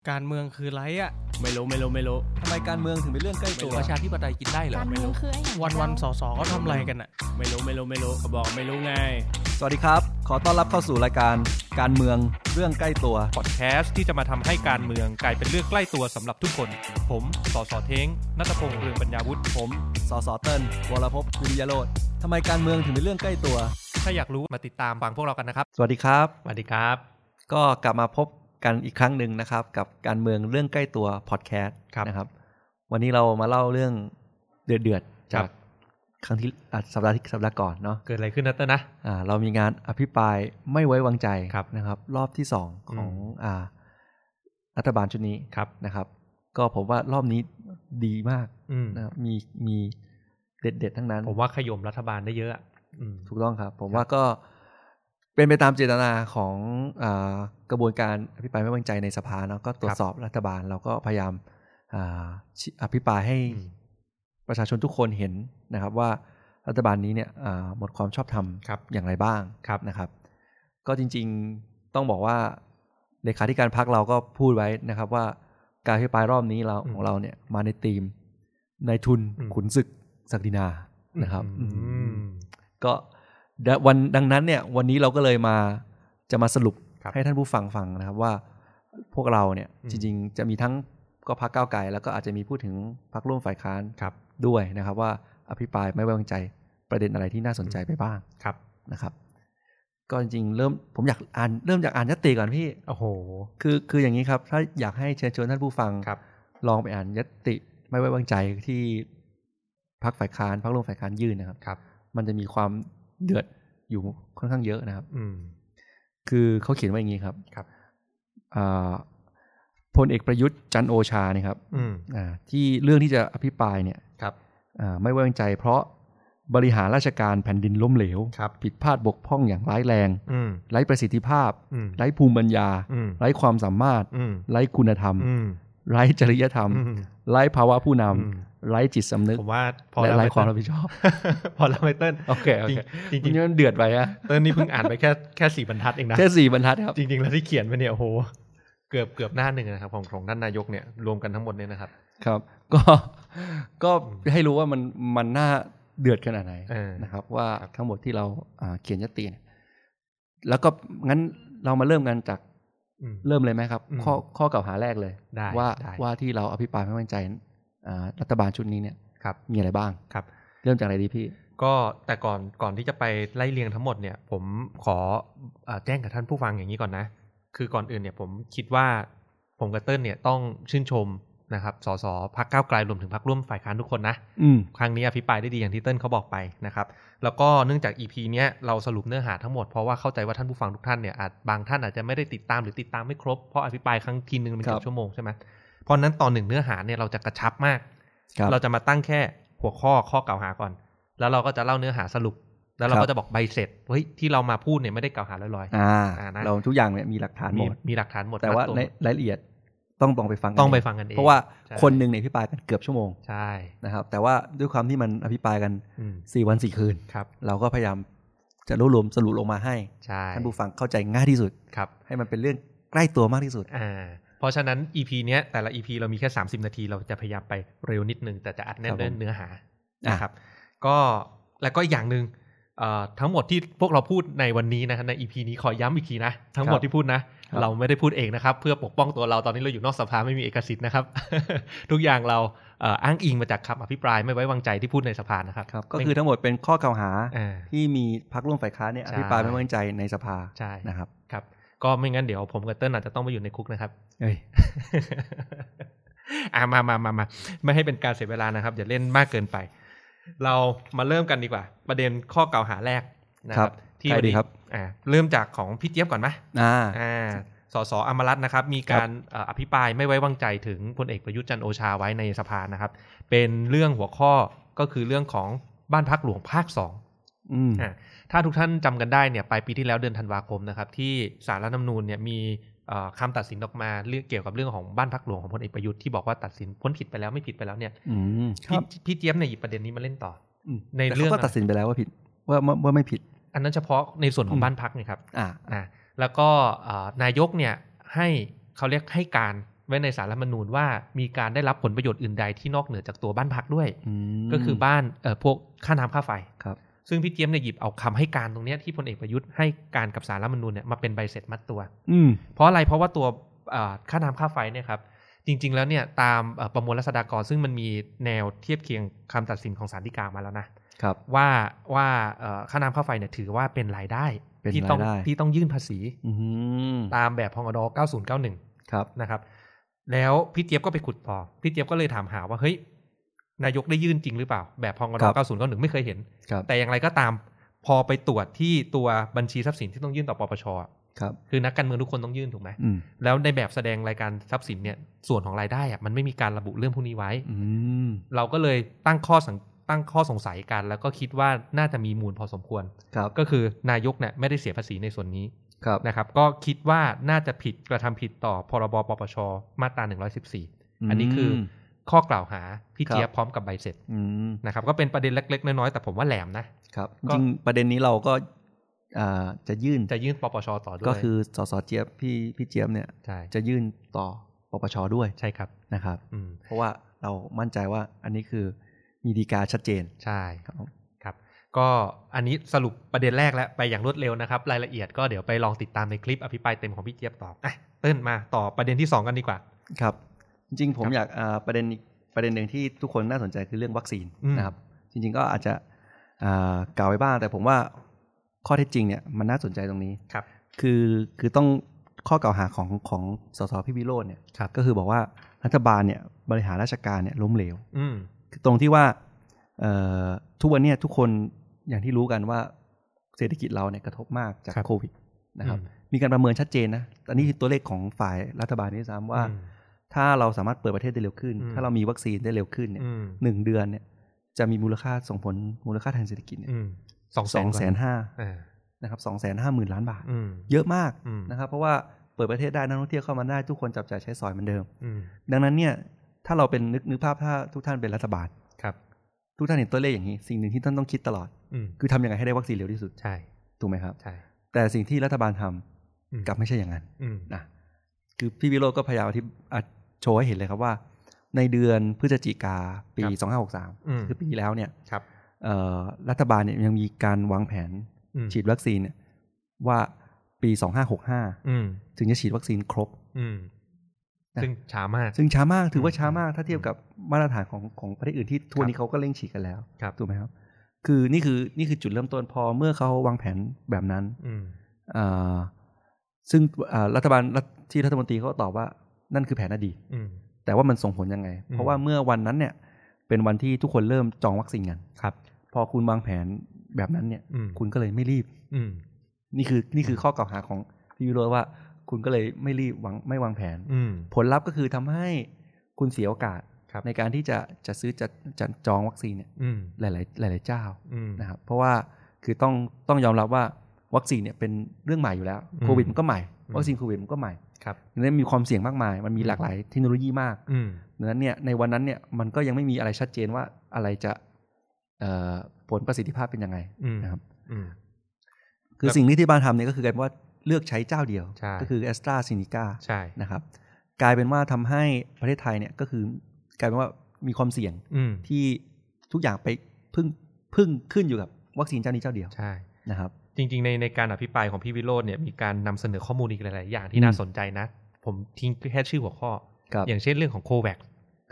การเมืองคือไรอะ ไม่รู้ไม่รู้ไม่รู้ ทำไมการเมืองถึงเป็นเรื่องใกล้ตัว ไม่รู้ ประชาธิปไตยกินได้เหรอ การเมืองคือไอ้อย่าง วันวันๆสอสอเขาทำอะไรกันอะ ไม่รู้ไม่รู้ไม่รู้เขาบอกไม่รู้ไง สวัสดีครับ ขอต้อนรับเข้าสู่รายการการเมืองเรื่องใกล้ตัว พอดแคสต์ที่จะมาทำให้การเมืองกลายเป็นเรื่องใกล้ตัวสำหรับทุกคน ผมสอสอเท้งนัตพงษ์เรืองปัญญาวุฒิ ผมสสเติ้ลวรพพกุริยโรธทำไมการเมืองถึงเป็นเรื่องใกล้ตัว ถ้าอยากรู้มาติดตามฟังพวกเรากันนะครับ สวัสดีครับ สวัสดีครับ ก็กลับมาพบกันอีกครั้งหนึ่งนะครับ กับการเมืองเรื่องใกล้ตัวพอดแคสต์ ครับ นะครับ วันนี้เรามาเล่าเรื่องเดือดๆ ครั จาก บ ครั้งที่อ่ะสัปดาห์ที่สัปดาห์ก่อนเนาะ เกิดอะไรขึ้นนัตเตอร์นะ อ่าเรามีงานอภิปรายไม่ไว้วางใจ ครับ นะครับ รอบที่สองของ อืม อ่ารัฐบาลชุดนี้ ครับ นะครับ ก็ผมว่ารอบนี้ดีมาก อืม นะครับมีมีเด็ด ๆ ทั้งนั้น ผมว่าขย่มรัฐบาลได้เยอะอะอืม ถูกต้องครับ ผมว่าก็เป็นไปตามเจตนาของอากระบวนการอภิปรายไม่ไว้วางใจในสภาเนาะก็ตรวจสอบรัฐบาลเราก็พยายามอ่าชี้อภิปรายให้ อืม ประชาชนทุกคนเห็นนะครับว่ารัฐบาลนี้เนี่ยอ่าหมดความชอบธรรม ครับ อย่างไรบ้าง ครับ นะครับ ก็จริงๆต้องบอกว่าเลขาธิการพักเราก็พูดไว้นะครับว่าการอภิปรายรอบนี้เรา อืม ของเราเนี่ยมาในธีมนายทุน อืม ขุนศึกศักดินานะครับ อืม ก็ดะวันดังนั้นเนี่ยวันนี้เราก็เลยมาจะมาสรุป ครับ ให้ท่านผู้ฟังฟังนะครับว่าพวกเราเนี่ย อืม จริงๆ จะมีทั้งก็พักก้าวไกลแล้วก็อาจจะมีพูดถึงพักร่วมฝ่ายค้าน ครับ ด้วยนะครับ ว่าอภิปรายไม่ไว้วางใจประเด็นอะไรที่น่าสนใจไปบ้าง ครับ นะครับก็จริงๆเริ่มผมอยากอ่านเริ่มจากอ่านยตติก่อนพี่ โอ้โห คือคืออย่างนี้ครับ ถ้าอยากให้เชิญชวนท่านผู้ฟัง ครับ ลองไปอ่านยตติไม่ไว้วางใจที่พักฝ่ายค้านพักร่วมฝ่ายค้านยื่นนะครับ ครับ มันจะมีความเดือดอยู่ค่อนข้างเยอะนะครับ อืม คือเขาเขียนว่าอย่างนี้ครับ ครับ อ่าพลเอกประยุทธ์จันทร์โอชาเนี่ยครับ อืม อ่าที่เรื่องที่จะอภิปรายเนี่ย ครับ อ่าไม่ไว้วางใจ เพราะบริหารราชการแผ่นดินล้มเหลว ครับ ผิดพลาดบกพร่องอย่างร้ายแรง อืม ไร้ประสิทธิภาพ อืม ไร้ภูมิปัญญา อืม ไร้ความสามารถ อืม ไร้คุณธรรม อืม ไร้จริยธรรม อืม ไร้ภาวะผู้น อืม ำไร้จิตสำนึก ผมว่าพอ และ แล้ว ไร้ ไม ความรัเติ้ลบผิดชอบ พอแล้วไมเติ้ล โอเคโอเค จริงจ จริ ริ ง ง ๆมันเดือดไปอะ ๆเติ้ลนี่เพิ่งอ่านไปแค่ แค่สี่บรรทัดเองนะ แค่สี่บรรทัดครับ จริงๆ แล้วที่เขียนไปเนี่ยโอ้โหเกือบเกือบหน้าหนึ่งนะครับ ของของท่านนายกเนี่ยรวมกันทั้งหมดเนี่ยนะครับ ครับ ก็ก็ให้รู้ว่ามันมันน่าเดือดขนาดไหน เออ นะครับ ว่าทั้งหมดที่เราอ่าเขียนยตติเนี่ยแล้วก็งั้นเรามาเริ่มกันจากเริ่มเลยไหมครับ อืม ข้อข้อกล่าวหาแรกเลย ได้ ว่า ได้ ว่าที่เราอภิปรายไม่ไว้วางใจอ่ารัฐบาลชุดนี้เนี่ย ครับ มีอะไรบ้าง ครับ เริ่มจากอะไรดีพี่ ก็แต่ก่อนก่อนที่จะไปไล่เรียงทั้งหมดเนี่ย ผมขอเอ่อแจ้งกับท่านผู้ฟังอย่างนี้ก่อนนะ คือก่อนอื่นเนี่ยผมคิดว่าผมกับเติ้ลเนี่ยต้องชื่นชมนะครับสสพักก้าวไกลรวมถึงพักร่วมฝ่ายค้านทุกคนนะ อืม ครั้งนี้อภิปรายได้ดีอย่างที่เติ้ลเขาบอกไปนะครับ แล้วก็เนื่องจาก EP เนี้ยเราสรุปเนื้อหาทั้งหมด เพราะว่าเข้าใจว่าท่านผู้ฟังทุกท่านเนี่ยอาจบางท่านอาจจะไม่ได้ติดตามหรือติดตามไม่ครบ เพราะอภิปรายครั้งทีนึงมัน ครั เกือ บบ ชั่วโมงใช่ไหมเพราะฉะนั้นตอนหนึ่งเนื้อหาเนี่ยเราจะกระชับมาก ครับ เราจะมาตั้งแค่หัวข้อข้อกล่าวหาก่อน แล้วเราก็จะเล่าเนื้อหาสรุป แล้วเราก็จะบอกใบเสร็จเฮ้ยที่เรามาพูดเนี่ยไม่ได้กล่าวหาลอย อ่า อ่านะ เราทุกอย่างเนี่ยมีหลักฐาน ๆ หม มี ด มีหลักฐานหมด แต่ว่า มัด ในรายละเอียดต้องลองไปฟังกัน ต้องไป เ ฟังกันเอง เพราะว่า ใช่ คนหนึ่งเนี่ยอภิปรายกันเกือบชั่วโมง ใช่ นะครับ แต่ว่าด้วยความที่มันอภิปรายกัน อืม 4 วัน 4 คืน ครับ เราก็พยายามจะรวบรวมสรุปลงมาให้ ใช่ ท่านผู้ฟังเข้าใจง่ายที่สุด ครับ ให้มันเป็นเรื่องใกล้ตัวมากที่สุด อ่าเพราะฉะนั้น EP เนี้ยแต่ละ EP เรามีแค่ 30 นาที เราจะพยายามไปเร็วนิดนึง แต่จะอัดแน่ ครั น บผม ด้วยเนื้อหา อ่ะ นะครับก็แล้วก็อีกอย่างหนึ่งเอ่อทั้งหมดที่พวกเราพูดในวันนี้นะฮะใน EP นี้ขอย้ำอีกทีนะ ทั้งหมดที่พูดนะ เราไม่ได้พูดเองนะครับ เพื่อปกป้องตัวเราตอนนี้เราอยู่นอกสภาไม่มีเอกสิทธิ์นะครับ ทุกอย่างเราเอ่ออ้างอิงมาจากคำอภิปรายไม่ไว้วางใจที่พูดในสภานะครับ ครับ ก็คือทั้งหมดเป็นข้อกล่าวหา อ่า ที่มีพักร่วมฝ่ายค้านเนี่ย ใช่ อภิปรายไม่ไว้วางใจในสภา ใช่ นะครับ ครับ ก็ไม่งั้นเดี๋ยวผมกับเติ้ลอาจจะต้องไปอยู่ในคุกนะครับ เอ้ย อ่ะมามามามาไม่ให้เป็นการเสียเวลานะครับ อย่าเล่นมากเกินไป เรามาเริ่มกันดีกว่า ประเด็นข้อกล่าวหาแรกนะค ครั รั บบ ที่ ใคร วัน ดี นี้ ครับ อ่าเริ่มจากของพี่เจี๊ยบก่อนไหม อ่า อ่าสสอมรัตน์นะครับ มีการเอ่ออภิปรายไม่ไว้วางใจถึงพลเอกประยุทธ์จันทร์โอชาไว้ในสภานะครับ เป็นเรื่องหัวข้อก็คือเรื่องของบ้านพักหลวงภาคสอง อืม อ่ะถ้าทุกท่านจำกันได้เนี่ยปลายปีที่แล้วเดือนธันวาคมนะครับที่สารรัฐธรรมนูญเนี่ยมีเอ่อคำตัดสินออกมาเรื่องเกี่ยวกับเรื่องของบ้านพักหลวงของพลเอกประยุทธ์ที่บอกว่าตัดสินพ้นผิดไปแล้วไม่ผิดไปแล้วเนี่ย อืมค พ รับ พี่เจี๊ยบเนี่ยหยิบประเด็นนี้มาเล่นต่อ อืม ใน แต่ เรื่อง เขาก็ตัดสินไปแล้วว่าผิดว่าว่าว่าไม่ผิด อันนั้นเฉพาะในส่วนขอ อืมงบ้านพักนะครับ อ่า นะแล้วก็เอ่อนายกเนี่ยให้เขาเรียกให้การ ไว้ในสารรัฐธรรมนูญว่ามีการได้รับผลประโยชน์อื่นใดที่นอกเหนือจากตัวบ้านพักด้วย ม ก็คือบ้านเอ่อพวกค่าน้ำค่าไฟ ครับ ซึ่งพี่เจี๊ยบเนี่ยหยิบเอาคำให้การตรงเนี้ยที่พลเอกประยุทธ์ให้การกับสารรัฐธรรมนูญเนี่ยมาเป็นใบเสร็จมัดตัว อืม เพราะอะไรเพราะว่าตัวเอ่อค่าน้ำค่าไฟเนี่ยครับจริง ๆ แล้วเนี่ยตามเอ่อประมวลรัษฎากรซึ่งมันมีแนวเทียบเคียงคำตัดสินของศาลฎีกามาแล้วนะครับ ว่าว่าเอ่อค่าน้ำค่าไฟเนี่ยถือว่าเป็นรายได้ เป็น ที่ต้อง รายได้ ที่ต้องยื่นภาษี อืม ตามแบบพงด9091 ครับ นะครับแล้วพี่เจี๊ยบก็ไปขุดต่อพี่เจี๊ยบก็เลยถามหาว่าเฮ้ยนายกได้ยื่นจริงหรือเปล่า แบบพองก ครั ร บ 90ก็หนึ่งไม่เคยเห็น ครับ แต่อย่างไรก็ตามพอไปตรวจที่ตัวบัญชีทรัพย์สินที่ต้องยื่นต่อปปชอะ ครับ คือนักการเมืองทุกคนต้องยื่นถูกไหม อืม แล้วในแบบแสดงรายการทรัพย์สินเนี่ยส่วนของรายได้อะมันไม่มีการระบุเรื่องพวกนี้ไว้ อืม เราก็เลยตั้งข้อสังตั้งข้อสงสัยกัน แล้วก็คิดว่าน่าจะมีมูลพอสมควร ครับ ก็คือนายกเนี่ยไม่ได้เสียภาษีในส่วนนี้ ครับ นะครับก็คิดว่าน่าจะผิดกระทำผิดต่อพรบปปช มาตรา 114 อันนี้คือ ม ข้อกล่าวหาพี่ ครับ เจี๊ยบพร้อมกับใบเสร็จ อืม นะครับก็เป็นประเด็นเล็ก ๆ น้อยๆ แต่ผมว่าแหลมนะ ครับ ก็ จริงๆประเด็นนี้เราก็อ่าจะยื่น จะยื่นปปช ต่อด้วย ก็คือสสเจี๊ยบพี่พี่เจี๊ยบเนี่ย ใช่ จะยื่นต่อปปชด้วย ใช่ครับ นะครับ อืม เพราะว่าเรามั่นใจว่าอันนี้คือมีดีกาชัดเจน ใช่ ครับผม ก็อันนี้สรุปประเด็นแรกแล้วไปอย่างรวดเร็วนะครับ รายละเอียดก็เดี๋ยวไปลองติดตามในคลิปอภิปรายเต็มของพี่เจี๊ยบต่ออ่ะเติ้ลมาต่อประเด็นที่ 2 กันดีกว่า ครับ จริงๆผม ครับ อยากอ่าประเด็นอีกประเด็นหนึ่งที่ทุกคนน่าสนใจคือเรื่องวัคซีน อืม นะครับ จริง ๆก็อาจจะอ่ากล่าวไว้บ้าง แต่ผมว่าข้อเท็จจริงเนี่ยมันน่าสนใจตรงนี้ ครับ คือคือต้องข้อกล่าวหาของของสสพี่วิโรจน์เนี่ยก็คือบอกว่ารัฐบาลเนี่ยบริหารราชการเนี่ยล้มเหลว อืม ตรงที่ว่าเอ่อทุกวันเนี่ยทุกคนอย่างที่รู้กันว่าเศรษฐกิจเราเนี่ยกระทบมากจากโควิดนะครับ อืม มีการประเมินชัดเจนนะอันนี้คือตัวเลขของฝ่ายรัฐบาลด้วยซ้ำว่า อืม ถ้าเราสามารถเปิดประเทศได้เร็วขึ้น อืม ถ้าเรามีวัคซีนได้เร็วขึ้นเนี่ย อืม หนึ่งเดือนเนี่ยจะมีมูลค่าส่งผลมูลค่าทางเศรษฐกิจเนี่ย อืมสอง สองแส แส น น ห้า อ่า นะครับสองแสนห้าหมื่นล้านบาท อืม เยอะมาก อืม นะครับเพราะว่าเปิดประเทศได้นักท่องเที่ยวเข้ามาได้ทุกคนจับจ่ายใช้สอยเหมือนเดิม อืม ดังนั้นเนี่ยถ้าเราเป็นนึกนึกภาพถ้าทุกท่านเป็นรัฐบาล ครับ ทุกท่านเห็นตัวเลขอย่างนี้ สิ่งหนึ่งที่ท่านต้องคิดตลอด อืม คือทำยังไงให้ได้วัคซีนเร็วที่สุด ใช่ ถูกไหมครับ ใช่ แต่สิ่งที่รัฐบาลทำ อืม กลับไม่ใช่อย่างนั้น อืม นะคือพี่วิโรจน์ก็พยายามอธิบอ่ะโชว์ให้เห็นเลยครับว่า ในเดือนพฤศจิกาปี อืม 2563 คือปีที่แล้วเนี่ย ครับ เอ่อรัฐบาลเนี่ยยังมีการวางแผน อืม ฉีดวัคซีนเนี่ยว่าปี อืม 2565 ถึงจะฉีดวัคซีนครบ อืม นะ ซึ่งช้ามาก ซึ่งช้ามากถือว่า อืม ช้ามากถ้าเทียบกับมาตรฐานของของประเทศอื่นที่ทุกวันนี้เขาก็เร่งฉีดกันแล้ว ครับ ถูกไหมครับ คือนี่คือนี่คือจุดเริ่มต้นพอเมื่อเขาวางแผนแบบนั้น อืม อ่าซึ่งอ่ารัฐบาลรัฐที่รัฐมนตรีเขาก็ตอบว่านั่นคือแผนอดีต อืม แต่ว่ามันส่งผลยังไง อืม เพราะว่าเมื่อวันนั้นเนี่ย เป็นวันที่ทุกคนเริ่มจองวัคซีนกัน ครับ พอคุณวางแผนแบบนั้นเนี่ย อืม คุณก็เลยไม่รีบ อืม นี่คือนี่คือข้อกล่าวหาของพี่วิโรจน์ว่า คุณก็เลยไม่รีบวางไม่วางแผน อืม ผลลัพธ์ก็คือทำให้คุณเสียโอกาส ครับ ในการที่จะจะซื้อจะจะจองวัคซีนเนี่ย อืม หลาย ๆ หลาย ๆ เจ้า อืม นะครับเพราะว่าคือต้องต้องยอมรับว่าวัคซีนเนี่ยเป็นเรื่องใหม่อยู่แล้ว อืม โควิดมันก็ใหม่ อืม วัคซีนโควิดมันก็ใหม่ ครับ ดังนั้นมีความเสี่ยงมากมาย มันมีหลากหลายเทคโนโลยีมาก อืม ดังนั้นเนี่ยในวันนั้นเนี่ยมันก็ยังไม่มีอะไรชัดเจนว่าอะไรจะเอ่อผลประสิทธิภาพเป็นยังไง อืม นะครับ อืม คือสิ่งที่ที่บ้านทำเนี่ยก็คือการว่าเลือกใช้เจ้าเดียว ใช่ ก็คือแอสตราเซเนกา ใช่ นะครับกลายเป็นว่าทำให้ประเทศไทยเนี่ยก็คือกลายเป็นว่ามีความเสี่ยง อืม ที่ทุกอย่างไปพึ่งพึ่งขึ้นอยู่กับวัคซีนเจ้านี้เจ้าเดียว ใช่ นะครับ จริง ๆ ในในการอภิปรายของพี่วิโรจน์เนี่ยมีการนำเสนอข้อมูลอีกหลาย ๆ อย่างที่น่า อืม สนใจนะ ผมทิ้งแค่ชื่อหัวข้อ ครับ อย่างเช่นเรื่องของโควัค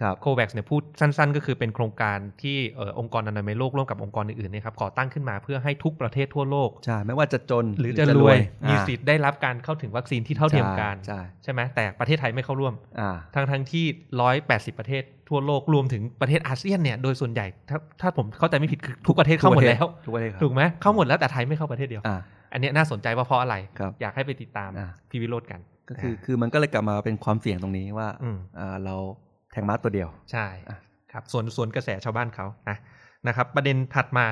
ครับ โควัคเนี่ยพูดสั้น ๆ ก็คือเป็นโครงการที่เอ่อองค์กรอนามัยโลกร่วมกับองค์กรอื่นๆเนี่ยครับก่อตั้งขึ้นมาเพื่อให้ทุกประเทศทั่วโลก ใช่ไม่ว่าจะจน หรือจะรวยมี อ่า สิทธิ์ได้รับการเข้าถึงวัคซีนที่เท่าเทียมกัน ใช่ใช่ ใช่ไหมแต่ประเทศไทยไม่เข้าร่วม อ่า ทั้งทั้งๆที่ 180 ประเทศทั่วโลกรวมถึงประเทศอาเซียนเนี่ยโดยส่วนใหญ่ถ้าถ้าผมเข้าใจไม่ผิดคือทุกประเทศเข้าหมดแล้ว ทุกประเทศครับ ถูกไหมเข้าหมดแล้วแต่ไทยไม่เข้าประเทศเดียว อ่า อันเนี้ยน่าสนใจว่าเพราะอะไร ครับ อยากให้ไปติดตาม อ่า พี่วิโรจน์กัน ก็คือ นะ คือมันก็เลยกลับมาเป็นความเสี่ยงตรงนี้ว่า อืม อ่าเราแทงม้าตัวเดียว ใช่ อ่ะ ครับส่วนส่วนกระแสชาวบ้านเขานะนะครับ ประเด็นถัดมา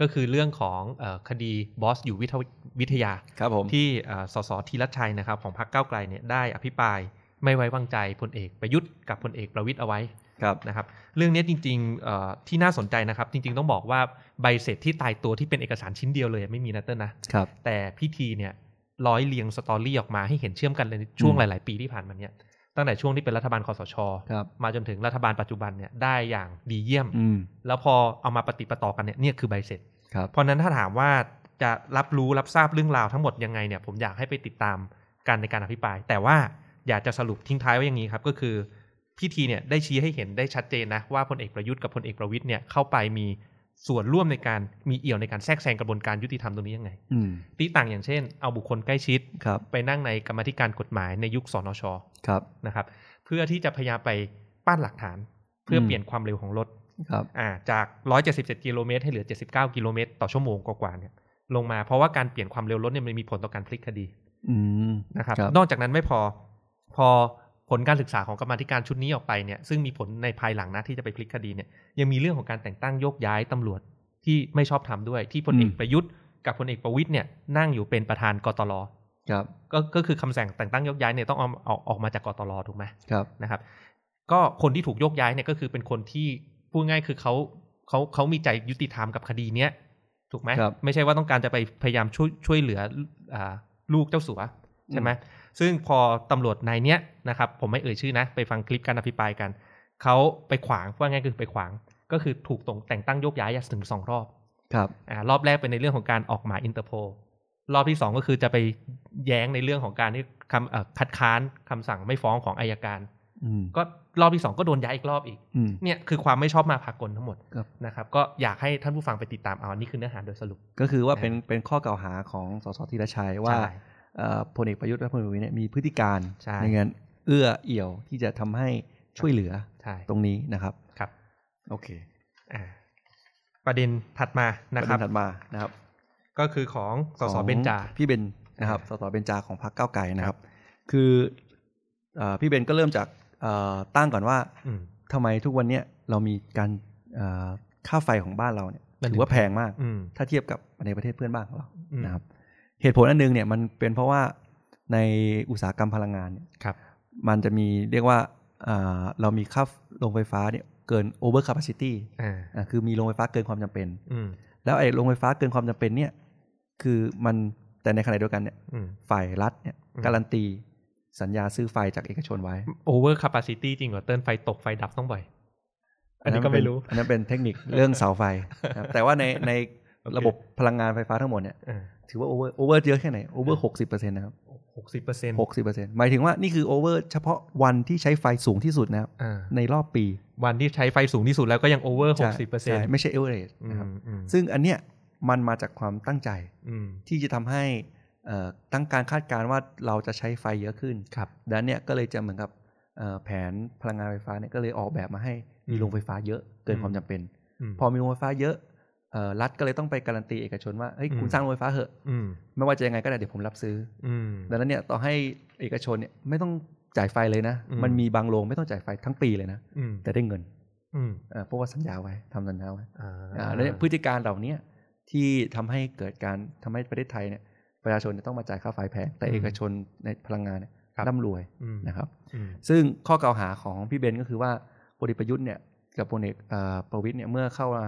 ก็คือเรื่องของเออคดีบอสอยู่วิทยวิทยา ครับผม ที่เอ่อสสธีรัชชัยนะครับของพรรคก้าวไกลเนี่ยได้อภิปรายไม่ไว้วางใจพลเอกประยุทธ์กับพลเอกประวิตยเอาไว้ ครับ นะครับเรื่องเนี้ยจริงๆเอ่อที่น่าสนใจนะครับ จริงๆต้องบอกว่าใบเสร็จที่ตายตัวที่เป็นเอกสารชิ้นเดียวเลยไม่มีนะเต้นนะครับ แต่พิธีเนี่ยร้อยเรียงสตอรี่ออกมาให้เห็นเชื่อมกันเลยในช่วง อืม หลาย ๆ ปีที่ผ่านมาเนี่ย ตั้งแต่ช่วงที่เป็นรัฐบาลคอสช ครับ มาจนถึงรัฐบาลปัจจุบันเนี่ยได้อย่างดีเยี่ยม อืม แล้วพอเอามาปฏิปต่อกันเนี่ยเนี่ยคือใบเสร็จ ครับ เพราะฉะนั้นถ้าถามว่าจะรับรู้รับทราบเรื่องราวทั้งหมดยังไงเนี่ยผมอยากให้ไปติดตามการในการอภิปราย แต่ว่าอยากจะสรุปทิ้งท้ายไว้อย่างนี้ครับ ก็คือพิธีเนี่ยได้ชี้ให้เห็นได้ชัดเจนนะว่าพลเอกประยุทธ์กับพลเอกประวิทย์เนี่ยเข้าไปมีส่วนร่วมในการมีเอี่ยวในการแทรกแซงกระบวนการยุติธรรมตรงนี้ยังไง อืม ตีต่างอย่างเช่น เอาบุคคลใกล้ชิด ครับ ไปนั่งในกรรมาธิการกฎหมายในยุคสนช ครับ นะครับเพื่อที่จะพยายามไปปั้นหลักฐาน เพื่อมอเปลี่ยนความเร็วของรถ ครับ อ่าจาก 177 กิโลเมตรให้เหลือ 79 กิโลเมตรต่อชั่วโมงกว่าๆเนี่ยลงมาเพราะว่าการเปลี่ยนความเร็วรถเนี่ยมันมีผลต่อการพลิกคดี อืม นะครับ ครับ นอกจากนั้นไม่พอพอผลการศึกษาของกรรมาธิการชุดนี้ออกไปเนี่ยซึ่งมีผลในภายหลังนะที่จะไปพลิกคดีเนี่ยยังมีเรื่องของการแต่งตั้งโยกย้ายตำรวจที่ไม่ชอบทำด้วย ที่พลเอกประยุทธ์กับพลเอกประวิทย์เนี่ยนั่งอยู่เป็นประธานกตล ครับ ก็ก็คือคำสั่งแต่งตั้งโยกย้ายเนี่ยต้องเอาเอาออกมาจากกตลถูกไหม ครับ นะครับก็คนที่ถูกโยกย้ายเนี่ยก็คือเป็นคนที่พูดง่ายคือเขาเขาเขามีใจยุติธรรมกับคดีเนี้ยถูกไหม ครับ ไม่ใช่ว่าต้องการจะไปพยายามช่วยช่วยเหลืออ่าลูกเจ้าสัวใช่ไหมซึ่งพอตำรวจนายเนี้ยนะครับผมไม่เอ่ยชื่อนะ ไปฟังคลิปการอภิปรายกัน เขาไปขวางว่าง่ายคือไปขวาง ก็คือถูกตรงแต่งตั้งโยกย้ายอะถึงสองรอบ ครับ อ่ารอบแรกเป็นในเรื่องของการออกหมายอินเตอร์โพรอบที่สองก็คือจะไปแย้งในเรื่องของการที่คำเอ่อคัดค้านคำสั่งไม่ฟ้องของอายการ อืม ก็รอบที่สองก็โดนย้ายอีกรอบอีก อืม เนี่ยคือความไม่ชอบมาพากลทั้งหมด ครับ นะครับก็อยากให้ท่านผู้ฟังไปติดตามเอาอันนี้คือเนื้อหาโดยสรุป ก็คือว่า นะ เป็นเป็นข้อกล่าวหาของสสธีรชัยว่า ใช่ เอ่อพลเอกประยุทธ์และพลเอกประวิตยเนี่ยมีพฤติการ ใช่ ในเงินเอื้อเอี่ยวที่จะทำให้ช่วยเหลือ ใช่ ตรงนี้นะครับ ครับ โอเค อ่าประเด็นถัดมา ป นะ ระ ครั เด็ บ นถัดมานะครับ ก็คือของขสส อง เบนจา พี่เบนนะครับสสเบนจาของพรรคก้าวไกลนะครับ คือเอ่อพี่เบนก็เริ่มจากเอ่อตั้งก่อนว่า อืม ทำไมทุกวันเนี้ยเรามีการเอ่อค่าไฟของบ้านเราเนี่ย มัน ถือว่าแพงมาก อืม ถ้าเทียบกับในประเทศเพื่อนบ้านของเรา อืม นะครับ เหตุผลอันหนึงเนี่ยมันเป็นเพราะว่าในอุตสาหกรรมพลังงานเนี่ย ครับ มันจะมีเรียกว่าเอ่อเรามีค่าโรงไฟฟ้าเนี่ยเกิน over capacity อ่า อ่ะคือมีโรงไฟฟ้าเกินความจำเป็น อืม แล้วไอ้โรงไฟฟ้าเกินความจำเป็นเนี่ยคือมันแต่ในขณะเดียวกันเนี่ย อืม ฝ่ายรัฐเนี่ย อืม การันตีสัญญาซื้อไฟจากเอกชนไว้ โอเวอร์แคปซิตี้จริงเหรอเตินไฟตกไฟดับต้องบ่อย อันนี้ก็ เป็ ไม่รู้ อันนั้นเป็นเทคนิคเรื่องเสาไฟนะครับแต่ว่าในใน โอเค ระบบพลังงานไฟฟ้าทั้งหมดเนี่ยถือว่าโอเวอร์โอเวอร์เยอะแค่ไหนโอเวอร์หกสิบเปอร์เซ็นต์นะครับ หกสิบเปอร์เซ็นต์ หกสิบเปอร์เซ็นต์หมายถึงว่านี่คือโอเวอร์เฉพาะวันที่ใช้ไฟสูงที่สุดนะครับ อ่า ในรอบปี วันที่ใช้ไฟสูงที่สุดแล้วก็ยังโอเวอร์หกสิบเปอร์เซ็น ใช่ ต์ ไม่ใช่เอเวอเรจนะครับ อืม ซึ่งอันเนี้ยมันมาจากความตั้งใจ อืม ที่จะทำให้เอ่อตั้งการคาดการณ์ว่าเราจะใช้ไฟเยอะขึ้น ครับ ดังนั้นเนี่ยก็เลยจะเหมือนกับเอ่อแผนพลังงานไฟฟ้าเนี่ยก็เลยออกแบบมาให้มี อืม โรงไฟฟ้าเยอะเกิน อืม ความจำเป็น ม พอมีโรงไฟฟ้าเยอะเอ่อรัฐก็เลยต้องไปการันตีเอกชนว่าเฮ้ย อืม คุณสร้างโรงไฟฟ้าเหอะ อืม ไม่ว่าจะยังไงก็ได้เดี๋ยวผมรับซื้อ อืม ดังนั้นเนี่ยต่อให้เอกชนเนี่ยไม่ต้องจ่ายไฟเลยนะ อืม มันมีบางโรงไม่ต้องจ่ายไฟทั้งปีเลยนะ อืม แต่ได้เงิน อืม เอ่อเพราะว่าสัญญาไว้ทำสัญญาไว้ อ่า อ่าแล้วเนี่ยพฤติการเหล่าเนี้ยที่ทำให้เกิดการทำให้ประเทศไทยเนี่ยประชาชนเนี่ยต้องมาจ่ายค่าไฟแพงแต่เอกชนในพลังงานเนี่ยร่ำรวย อืม นะครับ อืม ซึ่งข้อกล่าวหาของพี่เบนก็คือว่าพลเอกประยุทธ์เนี่ยกับพลเอกเอ่อประวิทย์เนี่ยเมื่อเข้ามา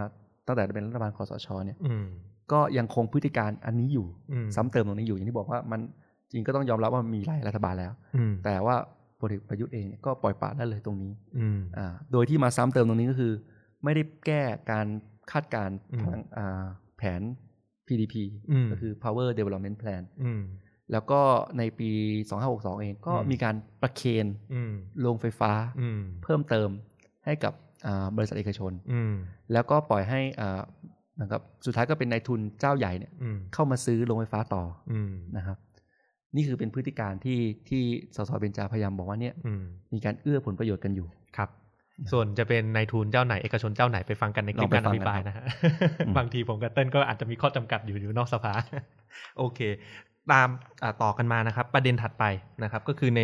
ตั้งแต่เป็นรัฐบาลคอสชเนี่ย อืม ก็ยังคงพฤติการอันนี้อยู่ อืม ซ้ำเติมตรงนี้อยู่อย่างที่บอกว่ามันจริงก็ต้องยอมรับว่ามีหลายรัฐบาลแล้ว อืม แต่ว่าพลเอกประยุทธ์เองเนี่ยก็ปล่อยปละละเลยตรงนี้ อืม อ่าโดยที่มาซ้ำเติมตรงนี้ก็คือ ไม่ได้แก้การคาดการณ์พลังอ่าแผน PDP อืม ก็คือ Power Development Plan อืม แล้วก็ในปี 2562 เองก็ อืม มีการประเคน อืม โรงไฟฟ้า อืม เพิ่มเติมให้กับอ่าบริษัทเอกชน อืม แล้วก็ปล่อยให้อ่าเหมือนกับสุดท้ายก็เป็นนายทุนเจ้าใหญ่เนี่ย อืม เข้ามาซื้อโรงไฟฟ้าต่อ อืม นะครับ นี่คือเป็นพฤติการที่ที่สสเบญจาพยายามบอกว่าเนี่ย อืม มีการเอื้อผลประโยชน์กันอยู่ ครับ ส่วนจะเป็นนายทุนเจ้าไหน เอกชนเจ้าไหนไปฟังกันในคลิปการอภิปรายนะฮะ อืม บางทีผมกับเต้นก็อาจจะมีข้อจำกัดอยู่อยู่นอกสภา โอเค ตามอ่าต่อกันมานะครับ ประเด็นถัดไปนะครับ ก็คือใน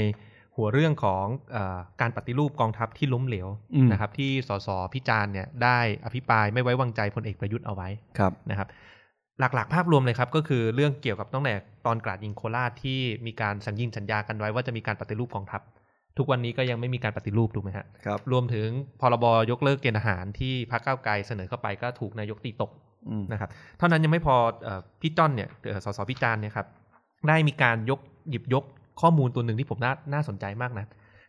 หัวเรื่องของอาการปฏิรูปกองทัพที่ล้มเหลว อืม นะครับ ที่สสพิจารณ์เนี่ยได้อภิปรายไม่ไว้วางใจพลเอกประยุทธ์เอาไว้ ครับ นะครับหลักๆ ภาพรวมเลยครับก็คือเรื่องเกี่ยวกับตั้งแต่ตอนกราดยิงโคราชที่มีการสัญญิงสัญญากันไว้ว่าจะมีการปฏิรูปกองทัพ ทุกวันนี้ก็ยังไม่มีการปฏิรูปถูกไหมฮะ ครับ รวมถึงพรบยกเลิกเกณฑ์ทหารที่พรรคก้าวไกลเสนอเข้าไปก็ถูกนายกตีตก อืม นะครับเท่านั้นยังไม่พอเอ่อพี่จ้อนเนี่ยเอ่อสสพี่จานเนี่ยครับได้มีการยกหยิบยกข้อมูลตัวหนึ่งที่ผมน่าน่าสนใจมากนะ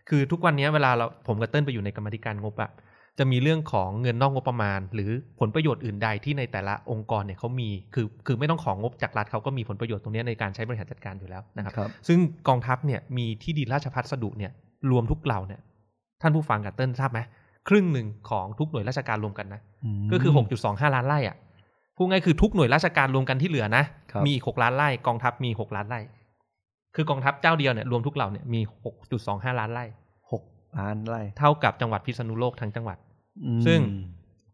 คือทุกวันนี้เวลาเราผมกับเติ้ลไปอยู่ในกรรมาธิการงบอะจะมีเรื่องของเงินนอกงบประมาณ หรือผลประโยชน์อื่นใดที่ในแต่ละองค์กรเนี่ยเขามีคือคือไม่ต้องของงบจากรัฐเขาก็มีผลประโยชน์ตรงเนี้ยในการใช้บริหารจัดการอยู่แล้วนะครับ ครับ ซึ่งกองทัพเนี่ยมีที่ดินราชพัสดุเนี่ยรวมทุกเหล่าเนี่ยท่านผู้ฟังกับเติ้ลทราบไหมครึ่งหนึ่งของทุกหน่วยราชการรวมกันนะ ม ก็คือ 6.25 ล้านไร่อ่ะพูดง่ายคือทุกหน่วยราชการรวมกันที่เหลือนะ ครับ มีอีก 6 ล้านไร่ กองทัพมี 6 ล้านไร่ คือกองทัพเจ้าเดียวเนี่ยรวมทุกเหล่าเนี่ยมี 6.25 ล้านไร่ หกล้านไร่ เท่ากับจังหวัดพิษณุโลกทั้งจังหวัด อืม ซึ่ง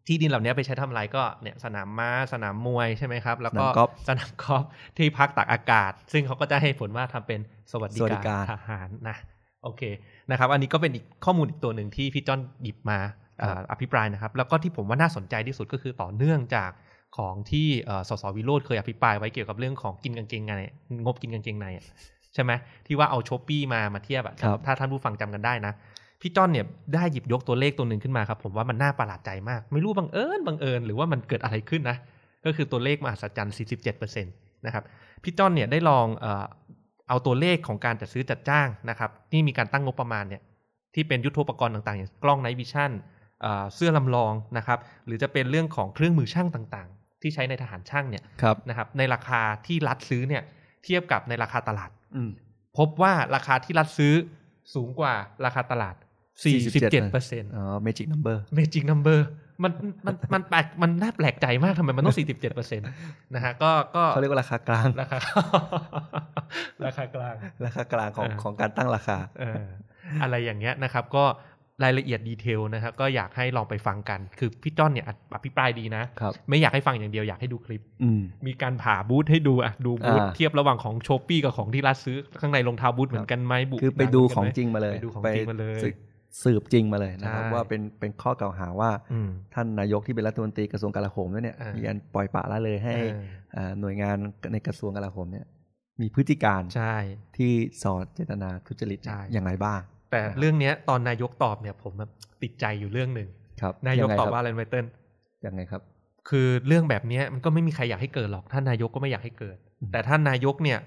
ที่ดินเหล่านี้ไปใช้ทำอะไรก็เนี่ยสนามม้าสนามมวยใช่ไหมครับ แล้วก็ สนามกอล์ฟ สนามกอล์ฟที่พักตากอากาศ ซึ่งเขาก็จะให้ผลว่าทำเป็นสวัสดิ สวัสดิ กา การ ร ทหารนะโอเคนะครับ อันนี้ก็เป็นอีกข้อมูลอีกตัวหนึ่งที่พี่จอนหยิบมาเอ่อ ครับ อภิปรายนะครับ แล้วก็ที่ผมว่าน่าสนใจที่สุดก็คือต่อเนื่องจากของที่เอ่อสสวิโรธเคยอภิปรายไว้เกี่ยวกับเรื่องของกินกางเกงในงบกินกางเกงในอะใช่ไหมที่ว่าเอาช้อปปี้มามาเทียบอะ ครับ ถ้าท่านผู้ฟังจำกันได้นะ พี่จ้อนเนี่ยได้หยิบยกตัวเลขตัวหนึ่งขึ้นมาครับ ผมว่ามันน่าประหลาดใจมาก ไม่รู้บังเอิญบังเอิญหรือว่ามันเกิดอะไรขึ้นนะ ก็คือตัวเลขมหัศจรรย์ 47%นะครับพี่จ้อนเนี่ยได้ลองเอ่อเอาตัวเลขของการจัดซื้อจัดจ้างนะครับที่มีการตั้งงบประมาณเนี่ยที่เป็นยุทโธปกรณ์ต่างๆ อย่างกล้องไนท์วิชั่นเสื้อลำลองนะครับหรือจะเป็นเรื่องของเครื่องมือช่างต่างๆ ที่ใช้ในทหารช่างเนี่ย ครับ นะครับในราคาที่รัฐซื้อเนี่ยเทียบกับในราคาตลาด อืม พบว่าราคาที่รัฐซื้อสูงกว่าราคาตลาด 47เปอร์เซ็นต์ อ๋อเมจิกนัมเบอร์ เมจิกนัมเบอร์มันมันมันแปลกมันน่าแปลกใจมากทำไมมันต้อง 47เปอร์เซ็นต์นะฮะก็ก็ เขาเรียกว่าราคากลาง รา คา ราคากลาง ราคากลางของ เออ ของการตั้งราคา เอออะไรอย่างเงี้ยนะครับ ก็รายละเอียดดีเทลนะครับ ก็อยากให้ลองไปฟังกัน คือพี่จ้อนเนี่ยอภิปรายดีนะ ครับ ไม่อยากให้ฟังอย่างเดียวอยากให้ดูคลิป อืม มีการผ่าบูธให้ดูอ่ะดูบูธ อ่า เทียบระหว่างของโชปปี้กับของที่รัฐซื้อข้างในรองเท้าบูธเหมือนกันไหมบุ คือไป หนา ดู เหมืน ของ กันไหม จริงมาเลย ไปดูของจริงมาเลย ไปสืบสืบจริงมาเลยนะครับ ใช่ ว่าเป็นเป็นข้อกล่าวหาว่า อืม ท่านนายกที่เป็นรัฐมนตรีกระทรวงกลาโหมด้วยเนี่ย อ่ามี มีการปล่อยปละละเลยให้ เออ อ่าหน่วยงานในกระทรวงกลาโหมเนี่ย มีพฤติการ ใช่ ที่สอดเจตนาทุจริต ใช่ อย่างไรบ้าง แต่เรื่องเนี้ยตอนนายกตอบเนี่ยผมแบบติดใจอยู่เรื่องหนึ่ง ครับ นายก งไง ตอบ ครั ว่าอะไรไมเติ้ล ยังไงครับ คือเรื่องแบบเนี้ยมันก็ไม่มีใครอยากให้เกิดหรอกท่านนายกก็ไม่อยากให้เกิด อืม แต่ท่านนายกเนี่ย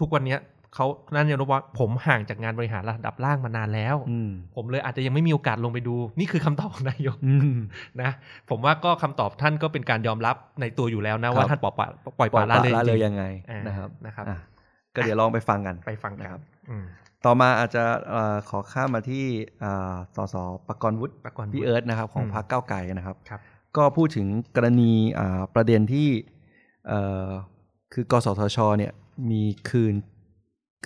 ทุกวันเนี้ยเขานั่นยนว่าผมห่างจากงานบริหารระดับล่างมานานแล้ว อืม ผมเลยอาจจะยังไม่มีโอกาสลงไปดู นี่คือคำตอบของนายก อืม นะผมว่าก็คำตอบท่านก็เป็นการยอมรับในตัวอยู่แล้วนะคว่ารับ ท่านปล่อยปละปล่อย ปล่ ป อ ละ ยป ละ ละ เลย ละเลย จริง ยังไง อ่า นะครับ นะครับ อ่ะก็เดี๋ยวลองไปฟังกัน ๆไปฟังกัน นะครับ อืม ต่อมาอาจจะเอ่อขอข้ามมาที่อ่าสสปกรณ์วุฒิ ปะกอน พี่เอิร์ธนะครับของ อืม พรรคก้าวไกลนะครับ ครับ ก็พูดถึงกรณีอ่าประเด็นที่เอ่อคือกสทชเนี่ยมีคืน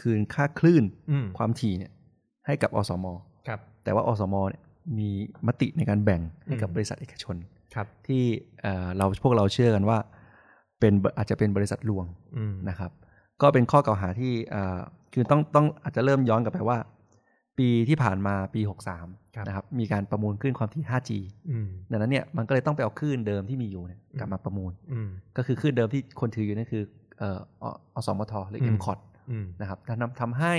คืนค่าคลื่น อืม ความถี่เนี่ยให้กับอสม ครับ แต่ว่าอสมเนี่ยมีมติในการแบ่งให้กับบริษัทเอกชน ครับ ที่เอ่อเราพวกเราเชื่อกันว่าเป็นอาจจะเป็นบริษัทลวง อืม นะครับก็เป็นข้อกล่าวหาที่เอ่อคือต้องต้องอาจจะเริ่มย้อนกลับไปว่า ปีที่ผ่านมาปี 63นะครับมีการประมูลคลื่นความถี่ 5G อืม ดังนั้นเนี่ยมันก็เลยต้องไปเอาคลื่นเดิมที่มีอยู่เนี่ย อืม กลับมาประมูล อืม ก็คือคลื่นเดิมที่คนถืออยู่นั่นคือเอ่อออสมทหรือ อืม m c o t อืม นะครับทำทำให้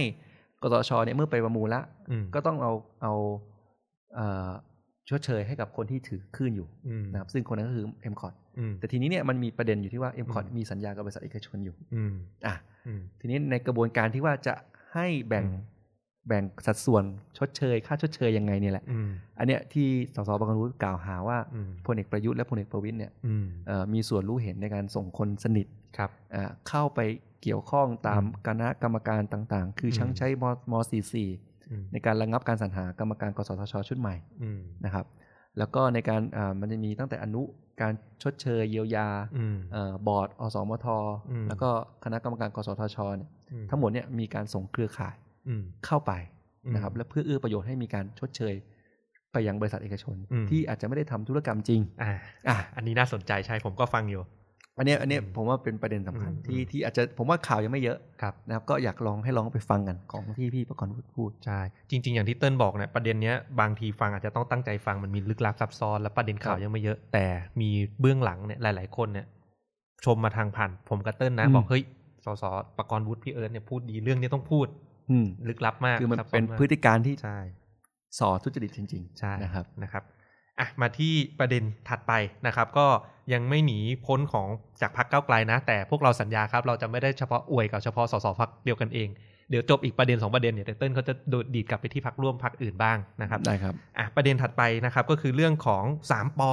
กสชเนี่ยเมื่อไปประมูลละ อืม ก็ต้องเอาเอาเอ่อชดเชยให้กับคนที่ถือคลื่นอยู่ อืม นะครับซึ่งคนนั้นก็คือ m c o t อืม แต่ทีนี้เนี่ยมันมีประเด็นอยู่ที่ว่า m c o t อืม มีสัญญากับบริษัทเอกชนอยู่ อืม อ่ะ อืม ทีนี้ในกระบวนการที่ว่าจะให้แบ่ง อืม แบ่งสัดส่วนชดเชย ค่าชดเชยยังไงเนี่ยแหละ อืม อันเนี้ยที่สสบางกรู้กล่าวหาว่า อืม พลเอกประยุทธ์และพลเอกประวิตยเนี่ย อืม เอ่อมีส่วนรู้เห็นในการส่งคนสนิท ครับ เอ่อเข้าไปเกี่ยวข้องตามคณะกรรมการต่างๆ คืออ ม ชั้งใช้มม44 อืม ในการระงับการสรรหากรรมการกสทช ชุดใหม่ อืม นะครับ แล้วก็ในการเอ่อมันจะมีตั้งแต่อนุการชดเชยเยียวยา อืม เอ่อบอร์ดอสมท อืม แล้วก็คณะกรรมการกสทชเนี่ย อื ทั้งหมดเนี่ยมีการส่งเครือข่าย อืม เข้าไป อืม นะครับและเพื่อเอื้อประโยชน์ให้มีการชดเชย ไปยังบริษัทเอกชน อืม ที่อาจจะไม่ได้ทำธุรกรรมจริง อ่า อ่ะ อันนี้น่าสนใจใช่ผมก็ฟังอยู่ อันเนี้ยอันเนี้ย อืม ผมว่าเป็นประเด็นสำคัญ อืม ที่ อืม ที่อาจจะผมว่าข่าวยังไม่เยอะ ครับ นะครับ ก็อยากลองให้ลองไปฟังกันของที่พี่ประกรณ์วุฒิพูด ใช่จริง ๆ อย่างที่เติ้ลบอกเนี่ยประเด็นเนี้ยบางทีฟังอาจจะต้องตั้งใจฟังมันมีลึกลับซับซ้อนและประเด็นข่าว ครับ ยังไม่เยอะ แต่มีเบื้องหลังเนี่ยหลาย ๆ คนเนี่ยชมมาทางผ่านผมกับเติ้ลนะ อืม บอกเฮ้ยสสปกรณ์วุฒิพี่เอิร์ธเนี่ยพูดดีเรื่องเนี้ยต้องพูด อืม ลึกลับมาก คือมัน ซับซ้ เป็น มาก พฤติการที่ ใช่ ส่อทุจริตจริง ใช่ ๆนะครับ นะครับอ่ะมาที่ประเด็นถัดไปนะครับ ก็ยังไม่หนีพ้นของจากพักเก้าวไกลนะ แต่พวกเราสัญญาครับ เราจะไม่ได้เฉพาะอวยกับเฉพาะสสพักเดียวกันเอง เดี๋ยวจบอีกประเด็นสองประเด็นเนี่ยเดี๋ยวเติ้ลเขาจะโดดดีดกลับไปที่พักร่วมพักอื่นบ้างนะครับ ได้ครับ อ่ะประเด็นถัดไปนะครับก็คือเรื่องของสามปอ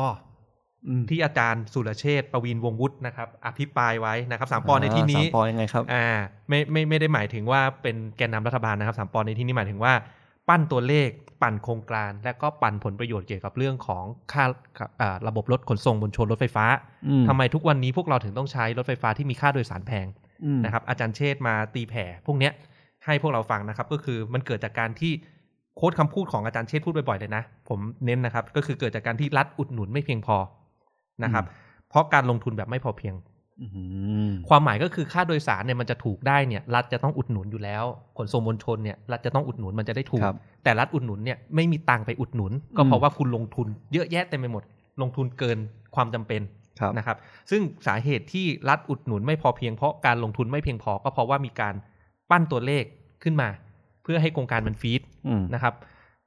อืม ที่อาจารย์สุรเชษฐ์ประวินวงศ์วุฒินะครับ อภิปรายไว้นะครับสามปอในที่ า นี้ สามปอยังไงครับ อ่าไม่ไม่ไม่ได้หมายถึงว่าเป็นแกนนำรัฐบาลนะครับสามปอในที่นี้หมายถึงว่า ปั้นตัวเลข ปั่นโครงการ และก็ปั่นผลประโยชน์เกี่ยวกับเรื่องของค่าอ่าระบบรถขนส่งมวลชนรถไฟฟ้า อืม ทำไมทุกวันนี้พวกเราถึงต้องใช้รถไฟฟ้าที่มีค่าโดยสารแพง อืม นะครับอาจารย์เชษฐ์มาตีแผ่พวกเนี้ยให้พวกเราฟังนะครับ ก็คือมันเกิดจากการที่โค้ดคำพูดของอาจารย์เชษฐ์พูดบ่อยๆเลยนะ ผมเน้นนะครับ ก็คือเกิดจากการที่รัฐอุดหนุนไม่เพียงพอนะครับ เพราะการลงทุนแบบไม่พอเพียง อืม ความหมายก็คือค่าโดยสารเนี่ยมันจะถูกได้เนี่ยรัฐจะต้องอุดหนุนอยู่แล้ว ขนส่งมวลชนเนี่ยรัฐจะต้องอุดหนุนมันจะได้ถูก ครับ แต่รัฐอุดหนุนเนี่ยไม่มีตังค์ไปอุดหนุน ก็ อืม เพราะว่าคุณลงทุนเยอะแยะเต็มไปหมด ลงทุนเกินความจำเป็น ครับ นะครับ ซึ่งสาเหตุที่รัฐอุดหนุนไม่พอเพียงเพราะการลงทุนไม่เพียงพอ ก็เพราะว่ามีการปั้นตัวเลขขึ้นมา เพื่อให้โครงการมันฟีด อืม นะครับ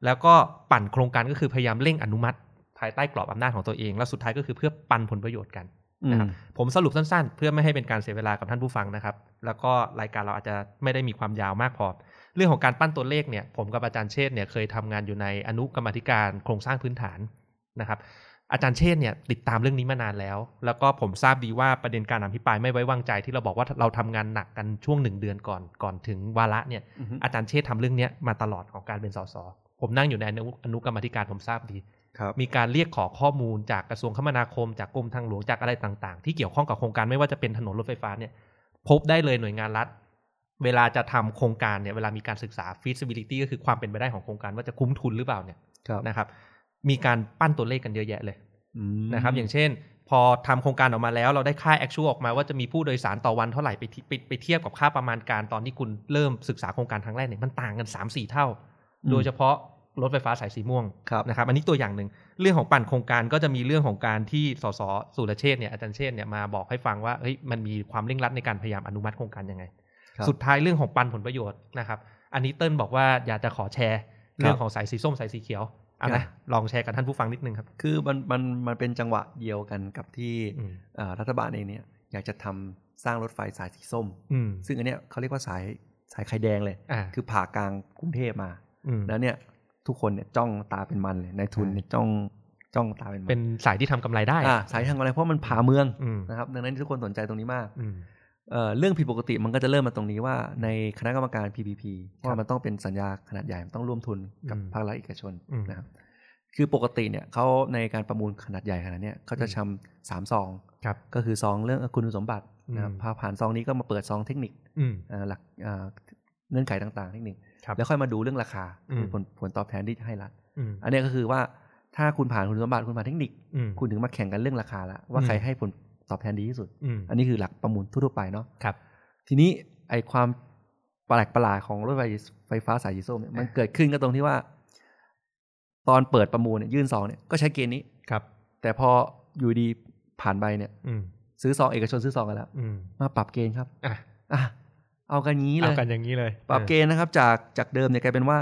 แล้วก็ปั่นโครงการก็คือพยายามเร่งอนุมัติ ภายใต้กรอบอำนาจของตัวเอง แล้วสุดท้ายก็คือเพื่อปันผลประโยชน์กัน นะครับผมสรุปสั้นๆ เพื่อไม่ให้เป็นการเสียเวลากับท่านผู้ฟังนะครับ แล้วก็รายการเราอาจจะไม่ได้มีความยาวมากพอ เรื่องของการปั้นตัวเลขเนี่ยผมกับอาจารย์เชษฐ์เนี่ยเคยทำงานอยู่ในอนุกรรมาธิการโครงสร้างพื้นฐานนะครับ อาจารย์เชษฐ์เนี่ยติดตามเรื่องนี้มานานแล้ว แล้วก็ผมทราบดีว่าประเด็นการอภิปรายไม่ไว้วางใจที่เราบอกว่าเราทำงานหนักกันช่วงหนึ่งเดือนก่อนก่อนถึงวาระเนี่ย อืม อาจารย์เชษฐ์ทำเรื่องเนี้ยมาตลอดของการเป็นสส ผมนั่งอยู่ในอนุอนุกรรมาธิการผมทราบดี ครับ มีการเรียกขอข้อมูลจากกระทรวงคมนาคม จากกรมทางหลวงจากอะไรต่างๆ ที่เกี่ยวข้องกับโครงการไม่ว่าจะเป็นถนนรถไฟฟ้าเนี่ย พบได้เลยหน่วยงานรัฐ เวลาจะทำโครงการเนี่ยเวลามีการศึกษา feasibility ก็คือความเป็นไปได้ของโครงการว่าจะคุ้มทุนหรือเปล่าเนี่ย ครับ นะครับ มีการปั้นตัวเลขกันเยอะแยะเลย อืม นะครับอย่างเช่น พอทำโครงการออกมาแล้วเราได้ค่า actual ออกมาว่าจะมีผู้โดยสารต่อวันเท่าไหร่ไปเทียบไปไปเทียบกับค่าประมาณการตอนที่คุณเริ่มศึกษาโครงการครั้งแรกเนี่ยมันต่างกัน 3 4 เท่า อืม โดยเฉพาะรถไฟฟ้าสายสีม่วง ครับ นะครับอันนี้ตัวอย่างหนึ่งเรื่องของปั่นโครงการก็จะมีเรื่องของการที่สสสุรเชษฐ์เนี่ยอาจารย์เชษฐ์เนี่ยมาบอกให้ฟังว่าเฮ้ยมันมีความเร่งรัดในการพยายามอนุมัติโครงการยังไง ครับ สุดท้ายเรื่องของปันผลประโยชน์นะครับ อันนี้เติ้ลบอกว่าอยากจะขอแชร์เรื่องของสายสีส้มสายสีเขียวเอา ครั นะ บ ลองแชร์กับท่านผู้ฟังนิดนึงครับ คือมันมันมันเป็นจังหวะเดียวกันกับที่ อืม เอ่อรัฐบาลเองเนี่ยอยากจะทำสร้างรถไฟสายสีส้ม อืม ซึ่งอันเนี้ยเขาเรียกว่าสายสายไข่แดงเลย อ่า คือผ่ากลางกรุงเทพมา ม แล้วเนี่ยทุกคนเนี่ยจ้องตาเป็นมันเลยนายทุนเนี่ยจ้องจ้องตาเป็นมัน เป็นสายที่ทำกำไรได้ อ่าสายทางอะไรเพราะมันผ่าเมือง อืม นะครับดังนั้นทุกคนสนใจตรงนี้มาก อืม เอ่อเรื่องผิดปกติมันก็จะเริ่มมาตรงนี้ว่าในคณะกรรมการ PPP ครับ ว่ามันต้องเป็นสัญญาขนาดใหญ่มันต้องร่วมทุนกับ อืม ภาครัฐเอกชน อืม นะครับคือปกติเนี่ยเขาในการประมูลขนาดใหญ่ขนาดเนี้ยเขาจะทำสามซอง ครับ ก็คือซองเรื่องคุณสมบัตินะครับ อืม พอผ่านซองนี้ก็มาเปิดซองเทคนิค อืม เอ่อหลักเอ่อเงื่อนไขต่างๆเทคนิค ครับ แล้วค่อยมาดูเรื่องราคา อืม คือผลผลตอบแทนที่จะให้รัฐ อืม อันเนี้ยก็คือว่าถ้าคุณผ่านคุณสมบัติคุณผ่านเทคนิค อืม คุณถึงมาแข่งกันเรื่องราคาละว่า อืม ใครให้ผลตอบแทนดีที่สุด อืม อันนี้คือหลักประมูลทั่วๆไปเนาะ ครับ ทีนี้ไอความประหลาดประหลาดของรถไฟไฟฟ้าสายสีส้มเนี่ยมันเกิดขึ้นก็ตรงที่ว่า ตอนเปิดประมูลเนี่ยยื่นซองเนี่ยก็ใช้เกณฑ์นี้ ครับ แต่พออยู่ดีผ่านใบเนี่ย อืม ซื้อซองเอกชนซื้อซองกันแล้ว อืม มาปรับเกณฑ์ครับ อ่ะ อ่ะเอากันงี้เล เอา ย กันอย่างนี้เลย ปรับเกณฑ์นะครับ จากจากเดิมเนี่ยกลายเป็นว่า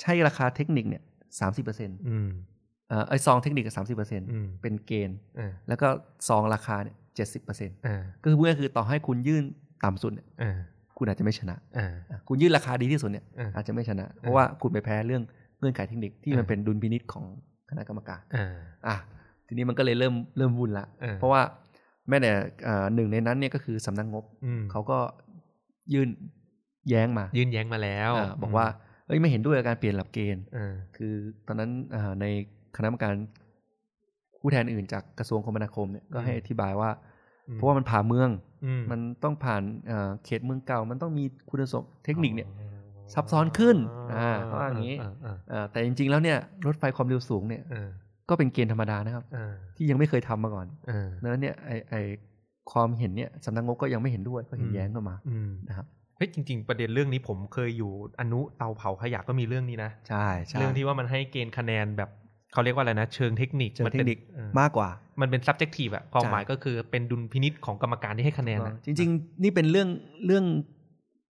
ใช่ราคาเทคนิคเนี่ยสามสิบเปอร์เซ็นต์ อืม ไอซองเทคนิคสามสิบเปอร์เซ็นต์ อืม เป็นเกณฑ์ อ่า แล้วก็ซองราคาเนี่ยเจ็ดสิบเปอร์เซ็นต์ อ่า ก็คือเพื่อนคือต่อให้คุณยื่นต่ำสุดเนี่ย อ่า คุณอาจจะไม่ชนะ อ่า อ่ะคุณยื่นราคาดีที่สุดเนี่ย อ่า อาจจะไม่ชนะ เพราะว่าคุณไปแพ้เรื่องเงื่อนไขเทคนิคที่ อ่ามั มันเป็นดุลพินิษของคณะกรรมการ อ่า อ่ะทีนี้มันก็เลยเริ่มเริ่มวุ่นละ อ่ เพราะว่าแม้แต่เอ่อหนึ่งในนั้นเนี่ยก็คือสำนักงบ อืม เขาก็ยื่นแย้งมา ยื่นแย้งมาแล้ว อ่าบอกว่าเอ้ยไม่เห็นด้วยกับการเปลี่ยนหลักเกณฑ์ อ่า คือตอนนั้นอ่าในคณะกรรมการผู้แทนอื่นจากกระทรวงคมนาคมเนี่ยก็ให้อธิบายว่า เพราะว่ามันผ่าเมือง อื มันต้องผ่านเอ่อเขตเมืองเก่า มันต้องมีคุณสมบัติเทคนิคเนี่ย ซับซ้อนขึ้นอ่าเขาว่าอย่างนี้ อ่า เอ่อแต่จริงๆแล้วเนี่ยรถไฟความเร็วสูงเนี่ย อ่า ก็เป็นเกณฑ์ธรรมดานะครับ อ่า ที่ยังไม่เคยทำมาก่อน อ่า ดังนั้นเนี่ยไอไอความเห็นเนี่ยสำนักงบก็ยังไม่เห็นด้วยก็เห็น อืม แย้งเข้ามา อืม นะครับ เฮ้ยจริง ๆ ประเด็นเรื่องนี้ผมเคยอยู่อนุเตาเผาขยะก็มีเรื่องนี้นะ ใช่ใช่ เรื่องที่ว่ามันให้เกณฑ์คะแนนแบบเขาเรียกว่าอะไรนะ เชิงเทคนิค เชิงเทคนิค มัป็ออ มากกว่า มันเป็น subjective อะความ ใช่ หมายก็คือเป็นดุลพินิษของกรรมการที่ให้คะแนนอะ จริง ๆ นี่เป็นเรื่องเรื่อง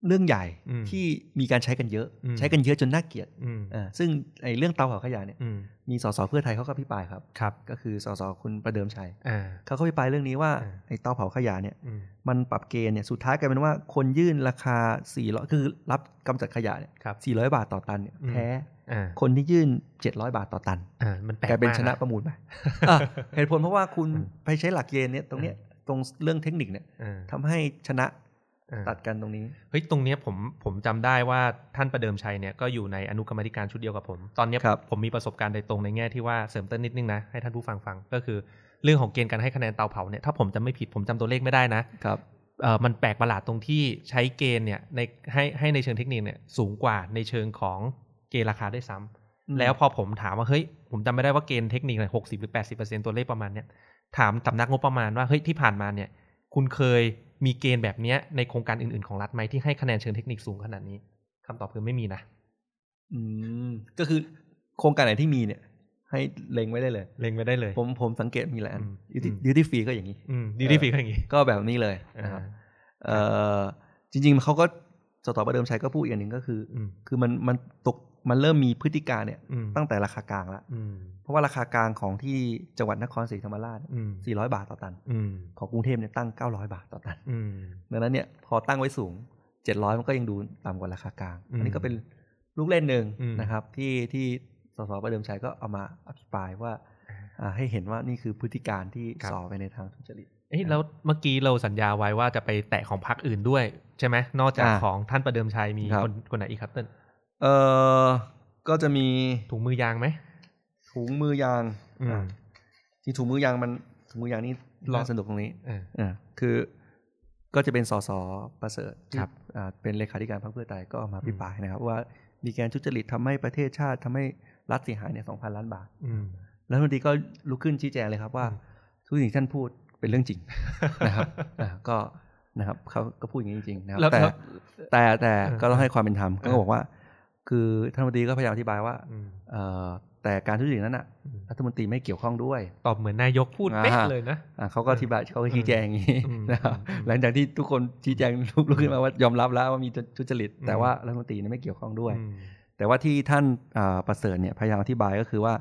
เรื่องใหญ่ อืม ที่มีการใช้กันเยอะ อืม ใช้กันเยอะจนน่าเกลียด อืม อ่าซึ่งไอ้เรื่องเตาเผาขยะเนี่ย อืม มีสสเพื่อไทยเขาก็พิปรายครับ ครับ ก็คือสสคุณประเดิมชัย อ่า เขาก็พิปรายเรื่องนี้ว่า อ่า ไอ้เตาเผาขยะเนี่ย อืม มันปรับเกณฑ์เนี่ยสุดท้ายกลายเป็นว่าคนยื่นราคา 400 คือรับกำจัดขยะเนี่ย ครับ 400 บาทต่อตันเนี่ย อืม แพ้ อ่า คนที่ยื่น 700 บาทต่อตัน อ่ามันแปลก กลายเป็น มาก ชนะ นะ ประมูลไปอ่ะเหตุผลเพราะว่าคุณ อืม ไปใช้หลักเกณฑ์เนี่ยตรงเนี้ย อื ตรงเรื่องเทคนิคเนี่ย อ่า ทำให้ชนะ อ่า ตัดกันตรงนี้ เฮ้ยตรงเนี้ยผมผมจำได้ว่าท่านประเดิมชัยเนี่ยก็อยู่ในอนุกรรมาธิการชุดเดียวกับผม ตอนเนี้ย ครับ ผมมีประสบการณ์โดยตรงในแง่ที่ว่าเสริมเติมนิดนึงนะให้ท่านผู้ฟังฟังก็คือ เรื่องของเกณฑ์การให้คะแนนเตาเผาเนี่ยถ้าผมจำไม่ผิดผมจำตัวเลขไม่ได้นะครับ เออมันแปลกประหลาดตรงที่ใช้เกณฑ์เนี่ยในให้ให้ในเชิงเทคนิคเนี่ยสูงกว่าในเชิงของเกณฑ์ราคาด้วยซ้ำ อืม แล้วพอผมถามว่าเฮ้ยผมจำไม่ได้ว่าเกณฑ์เทคนิคเนี่ยหกสิบหรือแปดสิบเปอร์เซ็นตัวเลขประมาณเนี่ยถามสำนักงบประมาณว่าเฮ้ยที่ผ่านมาเนี่ย คุณเคยมีเกณฑ์แบบเนี้ยในโครงการอื่นๆของรัฐไหมที่ให้คะแนนเชิงเทคนิคสูงขนาดนี้คำตอบคือไม่มีนะ อืมก็คือโครงการไหนที่มีเนี่ย ให้เล็งไว้ได้เลย เล็งไว้ได้เลย ผมผมสังเกตมีหลายอัน อืม ยูที อืม ยูทีฟรีก็อย่างนี้ อืมดีดีฟีก็อย่างงี้ ก็แบบนี้เลยนะครับ อ่า เอ่อจริง ๆเขาก็สตอประเดิมชัยก็พูดอีกอย่างหนึ่งก็คือ อืม คือมันมันตกมันเริ่มมีพฤติการเนี่ย อืม ตั้งแต่ราคากลางละ อืม เพราะว่าราคากลางของที่จังหวัดนครศรีธรรมราช อืม 400 บาทต่อตัน อืม ของกรุงเทพเนี่ยตั้ง 900 บาทต่อตัน อืม ดังนั้นเนี่ยพอตั้งไว้สูง 700 มันก็ยังดูต่ำกว่าราคากลาง อืม อันนี้ก็เป็นลูกเล่นหนึ่ง อืม นะครับ ที่ที่สสประเดิมชัยก็เอามาอภิปรายว่า อ่า อ่าให้เห็นว่านี่คือพฤติการที่ ครับ ส่อไปในทางทุจริต เอ้ยแล้วเมื่อกี้เราสัญญาไว้ว่าจะไปแตะของพรรคอื่นด้วย ใช่ไหมนอกจาก อ่า ของท่านประเดิมชัยมี ครับ คนคนไหนอีกครับเต้น เออก็จะมี ถุงมือยางไหม ถุงมือยาง อืม อ่ะที่ถุงมือยางมันถุงมือยางนี่ รอ น่าสนุกตรงนี้ อ่า อ่าคือก็จะเป็นสสประเสริฐที่ ครับ อ่าเป็นเลขาธิการพรรคเพื่อไทยก็ออกมาพิปรายนะครับ ว่ามีการทุจริตทำให้ประเทศชาติทำให้รัฐเสียหายเนี่ยสองพันล้านบาท อืม แล้วทันทีก็ลุกขึ้นชี้แจงเลยครับว่า อืม ทุกสิ่งที่ท่านพูดเป็นเรื่องจริง นะครับอ่าก็นะครับเขาก็พูดอย่างนี้จริงๆนะครับ แล้ว แต่ แล้ว แต่แต่ เออ ก็ต้องให้ความเป็นธรรม เออ ก็บอกว่า คือท่านรัฐมนตรีก็พยายามอธิบายว่า อืม เอ่อแต่การทุจริตนั้นน่ะ อืม รัฐมนตรีไม่เกี่ยวข้องด้วย ตอบเหมือนนายกพูดเป๊ะ อ่า เลยนะ อ่ะเขาก็อธิบายเขาก็ชี้แจงอย่าง นี้ อืม นะครับ อืม หลังจากที่ทุกคนชี้แจง ลุกลุกขึ้นมาว่ายอมรับแล้วว่ามีทุจริต อืม แต่ว่ารัฐมนตรีเนี่ยไม่เกี่ยวข้องด้วย อืม แต่ว่าที่ท่านอ่าประเสริฐเนี่ยพยายามอธิบายก็คือว่า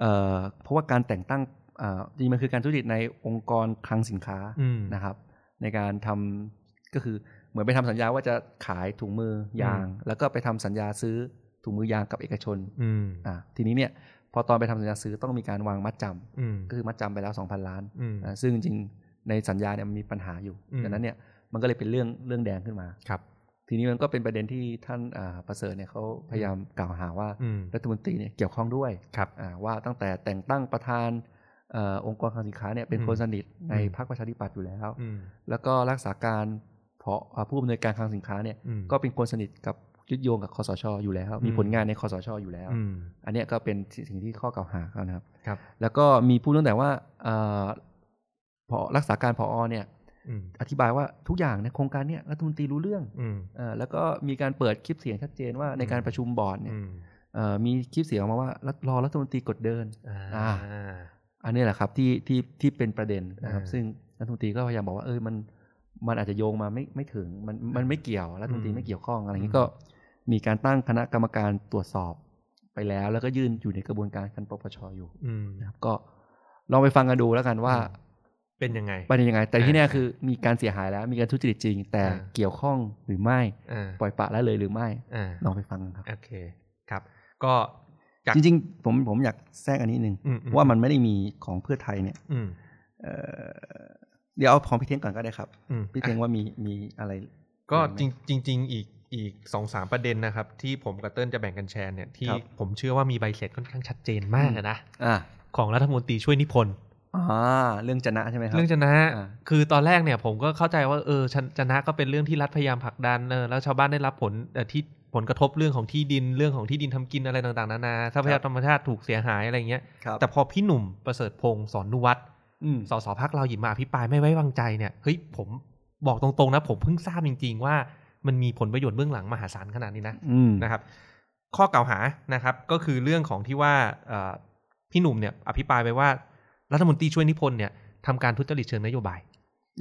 เอ่อเพราะว่าการแต่งตั้งอ่าจริงๆมันคือการทุจริตในองค์กรคลังสินค้า อืม นะครับ ในการทำก็คือเหมือนไปทำสัญญาว่าจะขายถุงมือยาง แล้วก็ไปทำสัญญาซื้อถุงมือยางกับเอกชน อืม อ่ะทีนี้เนี่ยพอตอนไปทำสัญญาซื้อต้องมีการวางมัดจำ อืม ก็คือมัดจำไปแล้ว 2,000 ล้าน อืม อ่าซึ่งจริงๆในสัญญาเนี่ยมันมีปัญหาอยู่ อืม ดังนั้นเนี่ยมันก็เลยเป็นเรื่องเรื่องแดงขึ้นมา ครับ ทีนี้มันก็เป็นประเด็นที่ท่านอ่าประเสริฐเนี่ยเขาพยายามกล่าวหาว่า อืม รัฐมนตรีเนี่ยเกี่ยวข้องด้วย ครับ อ่าว่าตั้งแต่แต่งตั้งประธานเอ่อองค์กรคลังสินค้าเนี่ยเป็นคนสนิทใน อืม พรรคประชาธิปัตย์อยู่แล้ว อืม แล้วก็รักษาการพออ่าผู้อำนวยการคลังสินค้าเนี่ย อืม ก็เป็นคนสนิทกับยึดโยงกับคอสชอยู่แล้ว มี อืม ผลงานในคอสชอยู่แล้ว อืม อันเนี้ยก็เป็นสิ่งที่ข้อกล่าวหาเขานะครับ ครับ แล้วก็มีพูดตั้งแต่ว่าเอ่อพอรักษาการพออเนี่ย อืม อธิบายว่าทุกอย่างในโครงการเนี่ยรัฐมนตรีรู้เรื่อง อืม เอ่อแล้วก็มีการเปิดคลิปเสียงชัดเจนว่าใน อืม การประชุมบอร์ดเนี่ย อืม เอ่อมีคลิปเสียงออกมาว่ารัฐรอรัฐมนตรีกดเดิน อ่า อันนี้แหละครับที่ที่ที่เป็นประเด็นนะครับ อ่า ซึ่งรัฐมนตรีก็พยายามบอกว่าเออมันมันอาจจะโยงมาไม่ไม่ถึงมันมันไม่เกี่ยวรัฐมนตรี อืม ไม่เกี่ยวข้องอะไรอย่าง อื นี้ ม ก็มีการตั้งคณะกรรมการตรวจสอบไปแล้ว แล้วก็ยื่นอยู่ในกระบวนการคันปปชอยู่ อืม นะครับก็ลองไปฟังกันดูแล้วกันว่า อื เป็นยังไง เป็นยังไง แต่ที่ อ่า แน่คือมีการเสียหายแล้ว มีการทุจริตจริง แต่ อ่า เกี่ยวข้องหรือไม่ อ่า ปล่อยปละละเลยหรือไม่ อ่า ลองไปฟังกันครับ โอเคครับ ก็ จาก จริงๆ ผมผมอยากแทรกอันนี้หนึ่ง อืมอื ว่ามันไม่ได้มีของเพื่อไทยเนี่ย อืม เอ่อเดี๋ยวเอาของพี่เท้งก่อนก็ได้ครับ อืม พี่เท้งว่ามีมีอะไร ก็ ไหม จริงจริง ๆ อีกอีกสองสามประเด็นนะครับ ที่ผมกับเติ้ลจะแบ่งกันแชร์เนี่ยที่ ครับ ผมเชื่อว่ามีใบเสร็จค่อนข้างชัดเจนมาก อืม อะนะ อ่า ของรัฐมนตรีช่วยนิพนธ์ อ่าเรื่องจนะใช่ไหมครับ เรื่องชนะ อ่า คือตอนแรกเนี่ยผมก็เข้าใจว่าเออชนชนะก็เป็นเรื่องที่รัฐพยายามผลักดันเออแล้วชาวบ้านได้รับผลเอ่อที่ผลกระทบเรื่องของที่ดินเรื่องของที่ดินทำกินอะไรต่างๆนานาทรัพคยากรั ร บ ธรรมชาติถูกเสียหายอะไรเงี้ย ครับ แต่พอพี่หนุ่มประเสริฐพงศ์สอนนุวัตร อืม สสพักเราหยิบมาอภิปรายไม่ไว้วางใจเนี่ยเฮ้ยผมบอกตรงๆนะผมเพิ่งทราบจริง ๆ ว่ามันมีผลประโยชน์เบื้องหลังมหาศาลขนาดนี้นะ อืม นะครับข้อกล่าวหานะครับก็คือเรื่องของที่ว่าเอ่อพี่หนุ่มเนี่ยอภิปรายไปว่ารัฐมนตรีช่วยนิพนธ์เนี่ยทำการทุจริตเชิงนโยบาย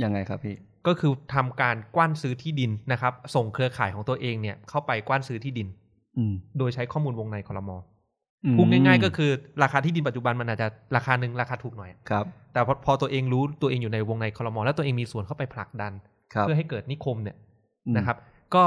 ยังไงครับพี่ ก็คือทำการกว้านซื้อที่ดินนะครับ ส่งเครือข่ายของตัวเองเนี่ยเข้าไปกว้านซื้อที่ดิน อืม โดยใช้ข้อมูลวงในคอรมอ อืม พูดง่ายๆ ก็คือราคาที่ดินปัจจุบันมันอาจจะราคาหนึ่งราคาถูกหน่อย ครับ แต่พอพอตัวเองรู้ตัวเองอยู่ในวงในคอรมอแล้วตัวเองมีส่วนเข้าไปผลักดัน ครับ เพื่อให้เกิดนิคมเนี่ย อืม นะครับ ก็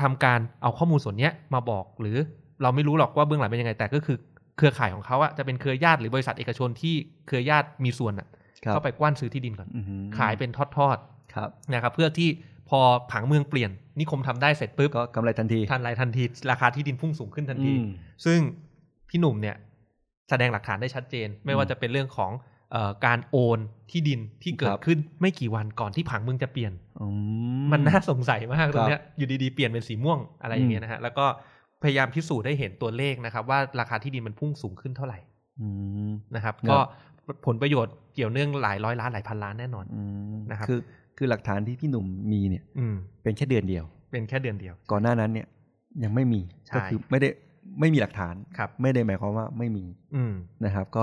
ทำการเอาข้อมูลส่วนเนี้ยมาบอกหรือเราไม่รู้หรอกว่าเบื้องหลังเป็นยังไง แต่ก็คือเครือข่ายของเขาอะจะเป็นเครือญาติหรือบริษัทเอกชนที่เครือญาติมีส่วนอะ ครับ เข้าไปกว้านซื้อที่ดินก่อน อื้อหือ ขายเป็นทอด ครับ ๆนะครับ เพื่อที่พอผังเมืองเปลี่ยนนิคมทำได้เสร็จปุ๊บ ก็กำไรทันที ทันไรทันที ราคาที่ดินพุ่งสูงขึ้นทันที อืม ซึ่งพี่หนุ่มเนี่ยแสดงหลักฐานได้ชัดเจน ไม่ว่าจะเป็นเรื่องของเออการโอนที่ดินที่เกิ ครั ด บ ขึ้นไม่กี่วันก่อนที่ผังเมืองจะเปลี่ยน อื มันน่าสงสัยมากตรงเนี้ยอยู่ดีๆ เปลี่ยนเป็นสีม่วงอะไรอย่างเงี้ยนะฮะแล้วก็พยายามพิสูจน์ได้เห็นตัวเลขนะครับ ว่าราคาที่ดินมันพุ่งสูงขึ้นเท่าไหร่ อืม นะครับ ครั ก็ บ ผลประโยชน์เกี่ยวเนื่องหลายร้อยล้านหลายพันล้านแน่นอน อืม นะครับ คือคือหลักฐานที่พี่หนุ่มมีเนี่ย อืม เป็นแค่เดือนเดียว เป็นแค่เดือนเดียว ก่อนหน้านั้นเนี่ยยังไม่มี ใช่ ก็คือไม่ได้ไม่มีหลักฐาน ครับ ไม่ได้หมายความว่าไม่มี อืม นะครับ ก็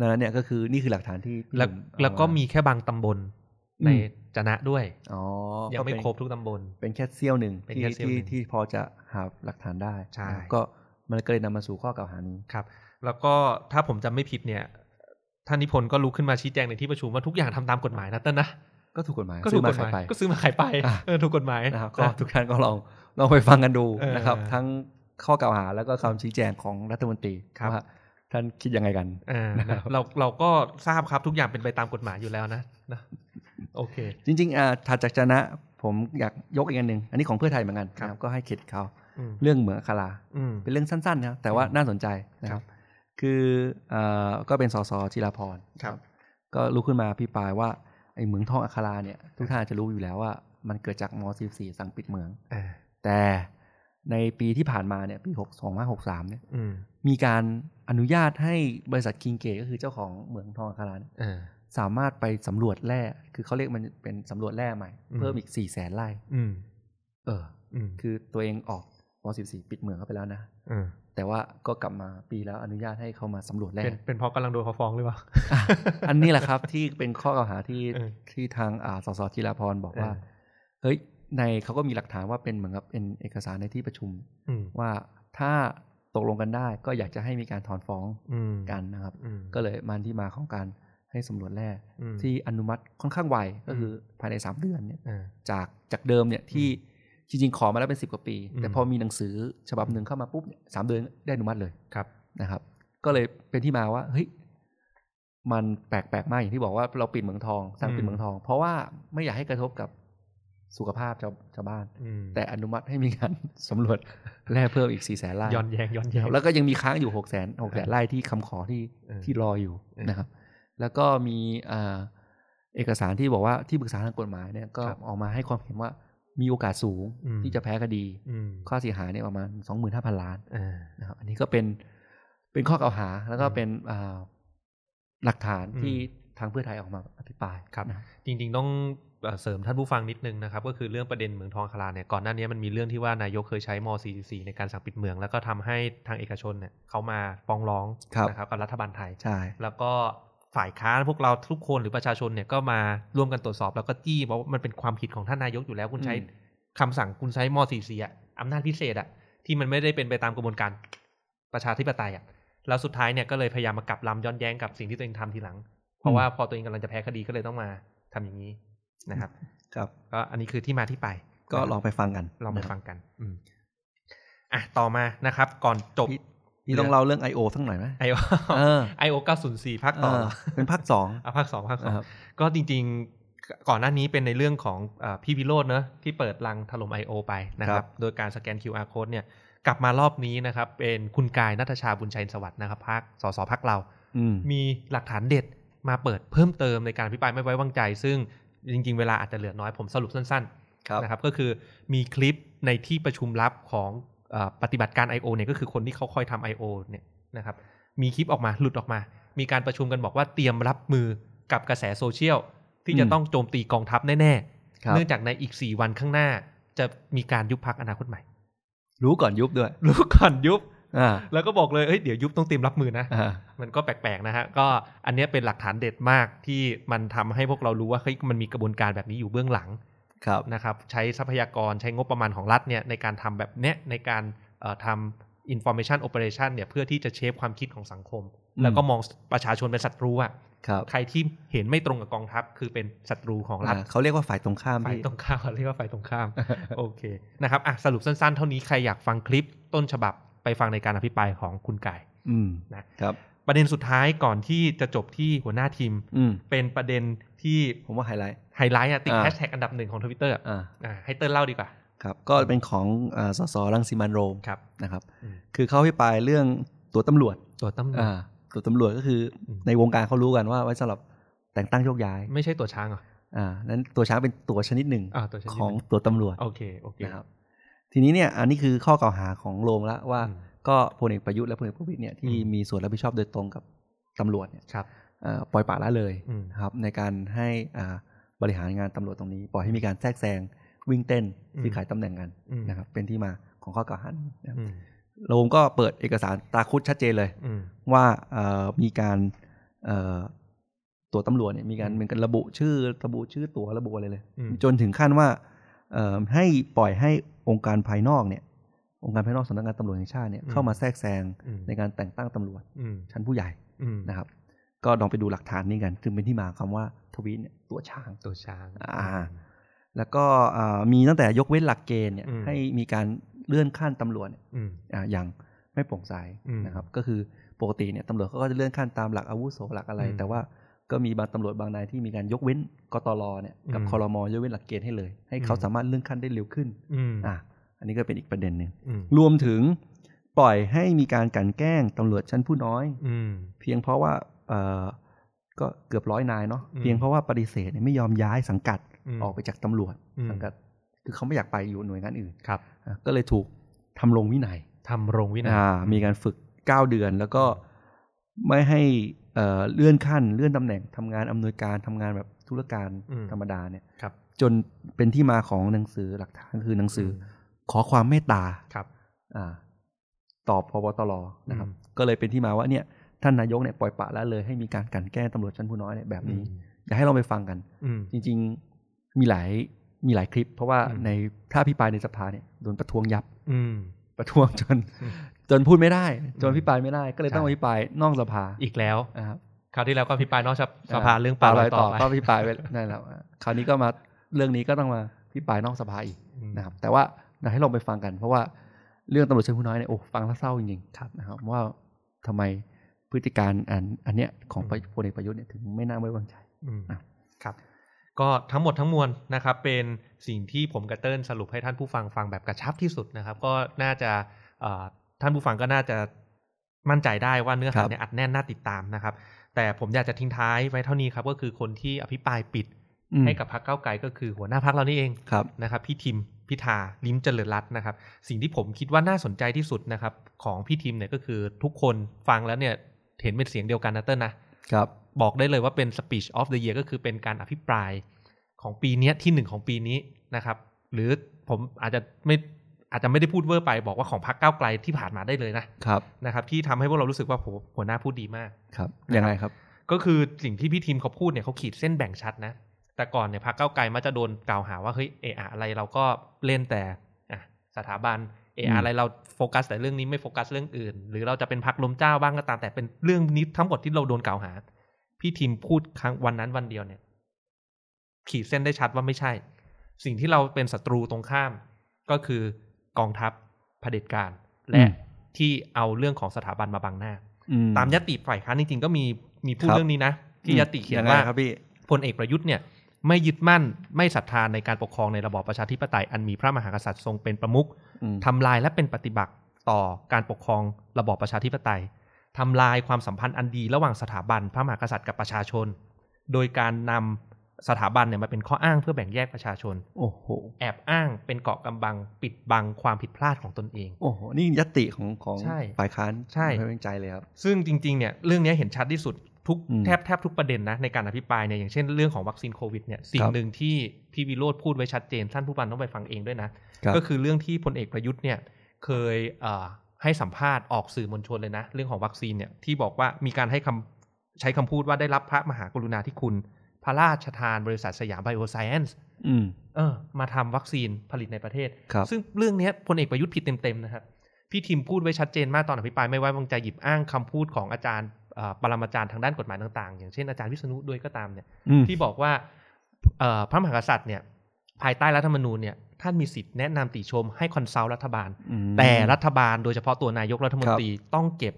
ดังนั้นเนี่ยก็คือนี่คือหลักฐานที่พี่ห แล้ว นุ่มเอาา แล้วก็มีแค่บางตำบล อืม ในจะนะด้วย อ๋อ ยังก็ไม่เป็น ครบทุกตำบล เป็นแค่เสี้ยวหนึ่ง เป็น ที่ แค่เสี้ยว ที่ หนึ่ง ที่พอจะหาหลักฐานได้ ใช่ นะครับก็มันก็เลยนำมาสู่ข้อกล่าวหานี้ ครับ แล้วก็ถ้าผมจำไม่ผิดเนี่ยท่านนิพนธ์ก็ลุกขึ้นมาชี้แจงในที่ประชุมว่าทุกอย่างทำตามกฎหมายนะเต้นนะ ก็ถูกกฎหมาย ก็ ซื้ ถู อก มาก ฎห ขาย มาย ไป ก็ซื้อมาขายไป อ่ะ เออถูกกฎหมาย นะครับก็ นะ ทุกท่านก็ลองลองไปฟังกันดู เออ นะครับ เออ ทั้งข้อกล่าวหาแล้วก็คำชี้แจงของรัฐมนตรี ครับ ว่าท่านคิดยังไงกัน อ่า นะครับ เราเราก็ทราบครับทุกอย่างเป็นไปตามกฎหมายอยู่แล้วนะนะโอเค จริงๆอ่าถัดจากชนะผมอยากยกอีกอันหนึ่งอันนี้ของเพื่อไทยเหมือนกัน ครับ นะครับก็ให้เข็ดเขา อืม เรื่องเหมืองอัคารา อืม เป็นเรื่องสั้นๆนะครับแต่ว่า อืม น่าสนใจนะครับ คืออ่าก็เป็นสสจิราพร ครับ ก็ลุกขึ้นมาพิปรายว่าไอ้เหมืองทองอัคาราเนี่ยทุกท่านอาจจะรู้อยู่แล้วว่า มันเกิดจากม .44 สั่งปิดเหมือง อ่า แต่ในปีที่ผ่านมาเนี่ยปี6 2 5 6 3เนี่ย อืม มีการอนุญาตให้บริษัทคิงเกตก็คือเจ้าของเหมืองทองอัคาราเนี่ย อ่า สามารถไปสำรวจแร่ คือเขาเรียกมันเป็นสำรวจแร่ใหม่ อืม เพิ่มอีกสี่แสนไร่ อืม เออ อืม คือตัวเองออกม14 ปิดเหมืองเข้าไปแล้วนะ อ่า แต่ว่าก็กลับมาปีแล้วอนุญาตให้เขามาสำรวจแร่ เป็นเป็นเพราะกำลังโดนเขาฟ้องหรือเปล่า อ่ะ อันนี้แหละครับที่เป็นข้อกล่าวหาที่ เออ ที่ทางอ่าสสจิราพรบอกว่า เออ เฮ้ย ในเขาก็มีหลักฐานว่าเป็นเหมือนกับเป็นเอกสารในที่ประชุม อืม ว่าถ้าตกลงกันได้ก็อยากจะให้มีการถอนฟ้อง อืม กันนะครับ อืม ก็เลยมันที่มาของการให้สำรวจแร่ อืม ที่อนุมัติค่อนข้างไวก็คือภายใน 3 เดือนเนี่ย อ่า จากจากเดิมเนี่ยที่จริง ๆ ขอมาแล้วเป็น 10 กว่าปี อืม แต่พอมีหนังสือฉบับหนึ่งเข้ามาปุ๊บเนี่ยสามเดือนได้อนุมัติเลย ครับ นะครับ ก็เลยเป็นที่มาว่าเฮ้ยมันแปลกๆมากอย่างที่บอกว่าเราปิดเหมืองทองสั่งปิดเหมืองทอง เพราะว่าไม่อยากให้กระทบกับสุขภาพชาวชาวบ้าน อืม แต่อนุมัติให้มีการ สำรวจแร่เพิ่มอีกสี่แสนไร่ ย้อนแยงย้อนแย นะค ง รับแล้วก็ยังมีค้างอยู่หกแสนหกแสนไร่ที่คำขอที่ เออ ที่รออยู่ เออ นะครับ แล้วก็มีอ่าเอกสารที่บอกว่าที่ปรึกษาทางกฎหมายเนี่ยก็ ครับ ออกมาให้ความเห็นว่ามีโอกาสสูง อืม ที่จะแพ้คดี อืม ข้อเสียหายเนี่ยประมาณ 25,000 ล้าน อ่า นะครับ อันนี้ก็เป็นเป็นข้อกล่าวหาแล้วก็เป็นอ่าหลักฐาน อืม ที่ทางเพื่อไทยออกมาอภิปราย ครับ นะ จริงๆต้องเอ่อเสริมท่านผู้ฟังนิดนึงนะครับ ก็คือเรื่องประเด็นเหมืองทองคาราเนี่ยก่อนหน้านี้มันมีเรื่องที่ว่านายกเคยใช้ม .44 ในการสั่งปิดเหมือง แล้วก็ทำให้ทางเอกชนเนี่ยเขามาฟ้องร้อง ครับ นะครับกับรัฐบาลไทย ใช่ แล้วก็ฝ่ายค้านพวกเราทุกคนหรือประชาชนเนี่ยก็มาร่วมกันตรวจสอบแล้วก็จี้บอกว่ามันเป็นความผิดของท่านนายกอยู่แล้วคุณใช้คำสั่งคุณใช้ม .44 อ่ะอำนาจพิเศษอ่ะที่มันไม่ได้เป็นไปตามกระบวนการประชาธิปไตยอ่ะแล้วสุดท้ายเนี่ยก็เลยพยายามมากลับลำย้อนแย้งกับสิ่งที่ตัวเองทำทีหลัง เพราะว่าพอตัวเองกำลังจะแพ้คดีก็เลยต้องมาทำอย่างนี้นะครับ ครับ ก็อันนี้คือที่มาที่ไป ก็ลองไปฟังกัน ลองไป นะครับ ฟังกัน อืมอ่ะต่อมานะครับ ก่อนจบ พี่พี่ต้องเล่าเรื่อง I.O. สักหน่อยไหม ไอโอ เออ ไอโอ904ภาค เอ ต่อ อ เหรอ เป็นภาคสอง อ่ะภาคสองภาคสอง ครับ ก็จริงๆก่อนหน้านี้เป็นในเรื่องของอาพี่วิโรจน์เนอะที่เปิดลังถล่ม I.O. ไปนะครับ โดยการสแกน QR code เนี่ยกลับมารอบนี้นะครับ เป็นคุณกายนัทชาบุญชัยสวัสดิ์นะครับพักสสพักเรา อืม มีหลักฐานเด็ดมาเปิดเพิ่มเติมในการอภิปรายไม่ไว้วางใจ ซึ่งจริง ๆ เวลาอาจจะเหลือน้อยผมสรุปสั้น ครับ ๆนะครับก็คือมีคลิปในที่ประชุมลับของเออปฏิบัติการ I.O. เนี่ยก็คือคนที่เขาคอยทำ I.O. เนี่ยนะครับมีคลิปออกมาหลุดออกมา มีการประชุมกันบอกว่าเตรียมรับมือกับกระแสโซเชียล ที่จะต้องโจมตีกองทัพแน่ ครั ๆ บ เนื่องจากในอีก 4 วันข้างหน้า จะมีการยุบพักอนาคตใหม่ รู้ก่อนยุบด้วย รู้ก่อนยุบ อ่า แล้วก็บอกเลยเอ้ยเดี๋ยวยุบต้องเตรียมรับมือนะ อ่า มันก็แปลกๆนะฮะ ก็อันเนี้ยเป็นหลักฐานเด็ดมากที่มันทำให้พวกเรารู้ว่าเฮ้ยมันมีกระบวนการแบบนี้อยู่เบื้องหลัง ครับ นะครับ ใช้ทรัพยากรใช้งบประมาณของรัฐเนี่ยในการทำแบบเนี้ยในการเอ่อทำ information operation เนี่ยเพื่อที่จะเชฟความคิดของสังคม อืม แล้วก็มองประชาชนเป็นศัตรูอะ ครับ ใครที่เห็นไม่ตรงกับกองทัพคือเป็นศัตรูของรัฐ อ่าเขาเรียกว่าฝ่ายตรงข้าม ฝ่าย พี่ ตรงข้ามเรียกว่าฝ่ายตรงข้าม โอเคนะครับอ่ะสรุปสั้นๆ เท่านี้ใครอยากฟังคลิปต้นฉบับไปฟังในการอภิปรายของคุณไก่ อืม นะ ครับ ประเด็นสุดท้ายก่อนที่จะจบที่หัวหน้าทีม อืม เป็นประเด็นที่ ผมว่าไฮไลท์ ไฮไลท์อะติด อ่า แฮชแท็กอันดับหนึ่งของทวิตเตอร์ อ่า ให้เติ้ลเล่าดีกว่า ครับ ก็เป็นของอ่าสสรังสิมันต์โรม ครับ นะครับ อืม คือเขาพิปรายเรื่องตัวตำรวจ ตัวตำรวจ อ่า ตัวตำรวจก็คืออ ม ในวงการเขารู้กันว่าไว้สำหรับแต่งตั้งโยกย้าย ไม่ใช่ตัวช้างเหรอ อ่า นั้นตัวช้างเป็นตัวชนิดหนึ่ง อ่าตัวช้าง ของตัวตำรวจ โอเคโอเค นะครับ ทีนี้เนี่ย อันนี้คือข้อกล่าวหาของโรมละว่า อืม ก็พลเอกประยุทธ์และพลเอกประวิตยเนี่ยที่ อืม มีส่วนรับผิดชอบโดยตรงกับตำรวจเนี่ย ครับ เอ่อปล่อยปละละเลย อืม นะครับในการให้อ่าบริหารงานตำรวจตรงนี้ ปล่อยให้มีการแทรกแซงวิ่งเต้น อืม ซื้อขายตำแหน่งกัน อืม นะครับเป็นที่มาของข้อกล่าวหานะครับ อืม โรมก็เปิดเอกสารตาคุดชัดเจนเลย อืม ว่าเอ่อมีการเอ่อตัวตำรวจเนี่ยมีการ อืม เหมือนกันระบุชื่อระบุชื่อตัวระบุอะไรเลย อืม จนถึงขั้นว่าเอ่อให้ปล่อยให้องค์การภายนอกเนี่ยองค์การภายนอกสำนักงานตำรวจแห่งชาติเนี่ยเข้ามาแทรกแซง อืม ในการแต่งตั้งตำรวจ อืม ชั้นผู้ใหญ่ อืม นะครับ ก็ลองไปดูหลักฐานนี้กัน ซึ่งเป็นที่มาคำว่าทวีตเนี่ยตัวช้าง ตัวช้าง อ่า แล้วก็อ่ามีตั้งแต่ยกเว้นหลักเกณฑ์เนี่ย อืม ให้มีการเลื่อนขั้นตำรวจเนี่ย อืม อ่าอย่างไม่โปร่งใส อืม นะครับ ก็คือปกติเนี่ยตำรวจเขาก็จะเลื่อนขั้นตามหลักอาวุโสหลักอะไร อืม แต่ว่าก็มีบางตำรวจบางนายที่มีการยกเว้นกตรเนี่ยกับ อืม คอรมอยกเว้นหลักเกณฑ์ให้เลย ให้เขา อืม สามารถเลื่อนขั้นได้เร็วขึ้น อืม อ่าอันนี้ก็เป็นอีกประเด็นหนึ่ง อืม รวมถึงปล่อยให้มีการกลันแกล้งตำรวจชั้นผู้น้อย อืม เพียงเพราะว่าเอ่อก็เกือบร้อยนายเนาะ อืม เพียงเพราะว่าปฏิเสธเนี่ยไม่ยอมย้ายสังกัด ม ออกไปจากตำรวจ อืม สังกัด คือเขาไม่อยากไปอยู่หน่วยงานอื่น ครับ อ่ะก็เลยถูกทำลงวินัย ทำรงวินัย อ่ามีการฝึก 9 เดือน แล้วก็ไม่ให้เอ่อเลื่อนขั้นเลื่อนตำแหน่งทำงานอำนวยการทำงานแบบธุรการ อืม ธรรมดาเนี่ย ครับ จนเป็นที่มาของหนังสือหลักฐานคือหนังสืออขอความเมตตา ครับ อ่าตอบพบตรนะครับ อืม ก็เลยเป็นที่มาว่าเนี่ยท่านนายกเนี่ยปล่อยปละละเลยให้มีการกลั่นแกล้งตำรวจชั้นผู้น้อยเนี่ยแบบนี้อยากให้เราไปฟังกัน อืม จริง ๆมีหลายมีหลายคลิป เพราะว่า อืม ในถ้าพิปรายในสภาเนี่ยโดนประท้วงยับ อืม ประท้วง จน อืม จนพูดไม่ได้ จน อืม พิปรายไม่ได้ ก็เลย ใช่ ต้องพิปรายนอกสภา อีกแล้ว นะครับ คราวที่แล้วก็พิปรายนอกสภา า เรื่องป่าลอยต่อไป ก็พิปรายไป นั่นแหละอ่ะคราวนี้ก็มาเรื่องนี้ก็ต้องมาพิปรายนอกสภาอีก อืม นะครับแต่ว่าอยากให้ลองไปฟังกัน เพราะว่าเรื่องตำรวจชั้นผู้น้อยเนี่ยโอ้ฟังแล้วเศร้าจริงๆครับนะครับว่าทำไมพฤติการอันอันเนี้ยของ อืม พลเอกประยุทธ์เนี่ยถึงไม่น่าไว้วางใจ อืม อ่ะ ครับ ก็ทั้งหมดทั้งมวลนะครับ เป็นสิ่งที่ผมกับเติ้ลสรุปให้ท่านผู้ฟังฟังแบบกระชับที่สุดนะครับ ก็น่าจะเอ่อท่านผู้ฟังก็น่าจะมั่นใจได้ว่าเนื้อหาเนี่ยอัดแน่นน่าติดตามนะครับ แต่ผมอยากจะทิ้งท้ายไว้เท่านี้ครับ ก็คือคนที่อภิปรายปิด อืม ให้กับพรรคก้าวไกลก็คือหัวหน้าพรรคเรานี่เอง ครับ นะครับพี่ทิมพิธาลิมเจริญรัตน์นะครับ สิ่งที่ผมคิดว่าน่าสนใจที่สุดนะครับ ของพี่ทิมเนี่ยก็คือทุกคนฟังแล้วเนี่ยเห็นเป็นเสียงเดียวกันนะเติ้ลนะครับ บอกได้เลยว่าเป็น Speech of the Year ก็คือเป็นการอภิปรายของปีเนี้ยที่หนึ่งของปีนี้นะครับ หรือผมอาจจะไม่อาจจะไม่ได้พูดเวอร์ไปบอกว่าของพรรคก้าวไกลที่ผ่านมาได้เลยนะครับ นะครับ ที่ทำให้พวกเรารู้สึกว่าโหหัวหน้าพูดดีมาก ครับยังไงครับ ก็คือสิ่งที่พี่ทีมเขาพูดเนี่ยเขาขีดเส้นแบ่งชัดนะ แต่ก่อนเนี่ยพักเก้าวไกลมักจะโดนกล่าวหาว่าเฮ้ยเอะอะอะไรเราก็เล่นแต่อ่ะสถาบันเอะ อืม อะอะไรเราโฟกัสแต่เรื่องนี้ไม่โฟกัสเรื่องอื่น หรือเราจะเป็นพักล้มเจ้าบ้างก็ตามแต่เป็นเรื่องนี้ทั้งหมดที่เราโดนกล่าวหา พี่ทีมพูดครั้งวันนั้นวันเดียวเนี่ย ขีดเส้นได้ชัดว่าไม่ใช่ สิ่งที่เราเป็นศัตรูตรงข้าม ก็คือกองทัพเผด็จการ และ อืม ที่เอาเรื่องของสถาบันมาบังหน้า อื ตามยติฝ่ายค้านจริงๆก็มีมีพูคดรับ เรื่องนี้นะ ที่ยติเขียน งไง ว่า ครับพี่ พลเอกประยุทธ์เนี่ยไม่ยึดมั่นไม่ศรัทธาในการปกครองในระบอบประชาธิปไตยอันมีพระมหากษัตริย์ทรงเป็นประมุข อืม ทำลายและเป็นปฏิบัติต่อการปกครองระบอบประชาธิปไตยทำลายความสัมพันธ์อันดีระหว่างสถาบันพระมหากษัตริย์กับประชาชน โดยการนำสถาบันเนี่ยมาเป็นข้ออ้างเพื่อแบ่งแยกประชาชน โอ้โห แอบอ้างเป็นเกราะกำบังปิดบังความผิดพลาดของตนเอง โอ้โหนี่ยติของของ ใช่ ฝ่ายค้าน ใช่ ไม่ไว้วางใจเลยครับ ซึ่งจริงๆ เนี่ยเรื่องนี้เห็นชัดที่สุดทุก อืม แทบแทบทุกประเด็นนะในการอภิปรายเนี่ยอย่างเช่นเรื่องของวัคซีนโควิดเนี่ยสิ่ ค ง รับ หนึ่งที่พี่วิโรธพูดไว้ชัดเจนท่านผู้ฟังต้องไปฟังเองด้วยนะ ครับ ก็คือเรื่องที่พลเอกประยุทธ์เนี่ยเคยเอ่อ ให้สัมภาษณ์ออกสื่อมวลชนเลยนะ เรื่องของวัคซีนเนี่ยที่บอกว่ามีการให้คำใช้คำพูดว่าได้รับพระมหากรุณาธิคุณ พระราชทานบริษัทสยามไบโอไซเอนซ์ อืม เออมาทำวัคซีนผลิตในประเทศ ครับ ซึ่งเรื่องเนี้ยพลเอกประยุทธ์ผิดเต็มๆนะครับ พี่ทิมพูดไว้ชัดเจนมากตอนอภิปรายไม่ไว้วางใจหยิบอ้างคำพูดของอาจารย์เอ่อปรมาจารย์ทางด้านกฎหมายต่างๆ อย่างเช่นอาจารย์วิษณุด้วยก็ตามเนี่ย อืม ที่บอกว่าเอ่อพระมหากษัตริย์เนี่ยภายใต้รัฐธรรมนูญเนี่ยท่านมีสิทธิ์แนะนำติชมให้คอนซัลท์รัฐบาล อืม แต่รัฐบาลโดยเฉพาะตัวนายกรัฐมนตรีต้องเก็บ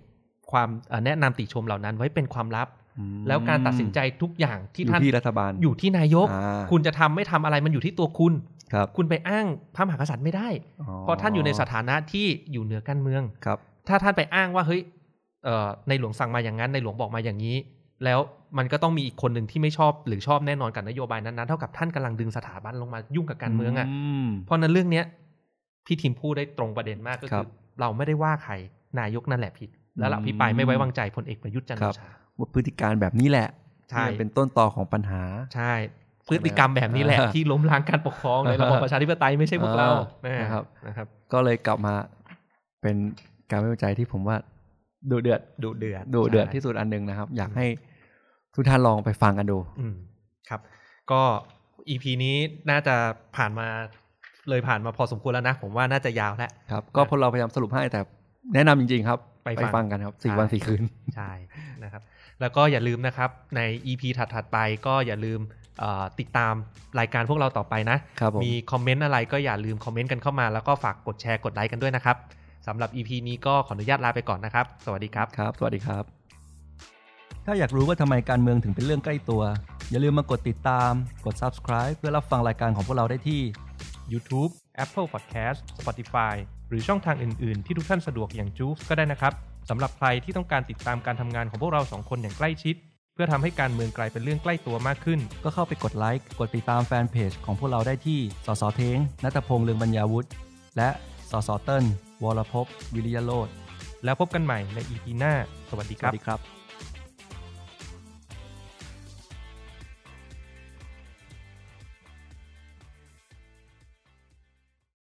ความเอ่อแนะนำติชมเหล่านั้นไว้เป็นความลับ อืม แล้วการตัดสินใจทุกอย่างที่ท่าน อยู่ที่รัฐบาล อยู่ที่นายก อ่า คุณจะทำไม่ทำอะไรมันอยู่ที่ตัวคุณ ครับ คุณไปอ้างพระมหากษัตริย์ไม่ได้ เพราะท่านอยู่ในสถานะที่อยู่เหนือการเมือง ครับ ถ้าท่านไปอ้างว่าเฮ้ยเอ่อในหลวงสั่งมาอย่างนั้นในหลวงบอกมาอย่างนี้ แล้วมันก็ต้องมีอีกคนหนึ่งที่ไม่ชอบหรือชอบแน่นอนกับนโยบายนั้นๆเท่ากับท่านกำลังดึงสถาบันลงมายุ่งกับการเมืองอะ่ะเพราะฉะนั้นเรื่องเนี้ยพี่ทีมพูดได้ตรงประเด็นมากก็ ครั คื บ อเราไม่ได้ว่าใครนายกนั่นแหละผิด แล้วเรา อืม พิปรายไม่ไว้วางใจพลเอกประยุทธ์จันทร์ ค โอ รับ ชา ว่าพฤติการแบบนี้แหละ ใช่ ที่มันเป็นต้นตอของปัญหา ใช่ พฤติกรรมแบบนี้แหละ อ่า ที่ล้มล้างการปกครองในระบอบประชาธิปไตยไม่ใช่พวกเรา อ่าน นะครับนะครับ ก็เลยกลับมาเป็นการไม่พอใจที่ผมว่าดูเดือด ดุเดือด ดูเดือด ใช่ ที่สุดอันหนึงนะครับ อยากให้ทุกท่านลองไปฟังกันดู อืมครับก็อีพีนี้น่าจะผ่านมาเลยผ่านมาพอสมควรแล้วนะ ผมว่าน่าจะยาวแล้ว ครับ ก็พวกเราพยายามสรุปให้แต่แนะนำจริง ๆ ครับ ไปฟัง ฟังกันครับสี่ ใช่ วันสี่คืน ใช่นะครับ แล้วก็อย่าลืมนะครับใน EP ถัดๆไปก็อย่าลืมเอ่อติดตามรายการพวกเราต่อไปนะ ครับผม มีคอมเมนต์อะไรก็อย่าลืมคอมเมนต์กันเข้ามา แล้วก็ฝากกดแชร์กดไลค์กันด้วยนะครับสำหรับ EP นี้ก็ขออนุญาตลาไปก่อนนะครับ สวัสดีครับ ครับ สวัสดีครับ ถ้าอยากรู้ว่าทำไมการเมืองถึงเป็นเรื่องใกล้ตัว อย่าลืมมากดติดตาม กด subscribe เพื่อรับฟังรายการของพวกเราได้ที่ YouTube Apple Podcast Spotify หรือช่องทางอื่น ๆ ที่ทุกท่านสะดวกอย่างจูฟก็ได้นะครับ สำหรับใครที่ต้องการติดตามการทำงานของพวกเราสองคนอย่างใกล้ชิด เพื่อทำให้การเมืองกลายเป็นเรื่องใกล้ตัวมากขึ้น ก็เข้าไปกดไลค์ กดติดตามแฟนเพจของพวกเราได้ที่ สสเทงนัตพงษ์เลืองบรรยาวุฒิ และ สสเติ้ลวรภพวิริยโรธ แล้วพบกันใหม่ใน EP หน้า สวัสดี ส ค วั รั ส บ ดีครับ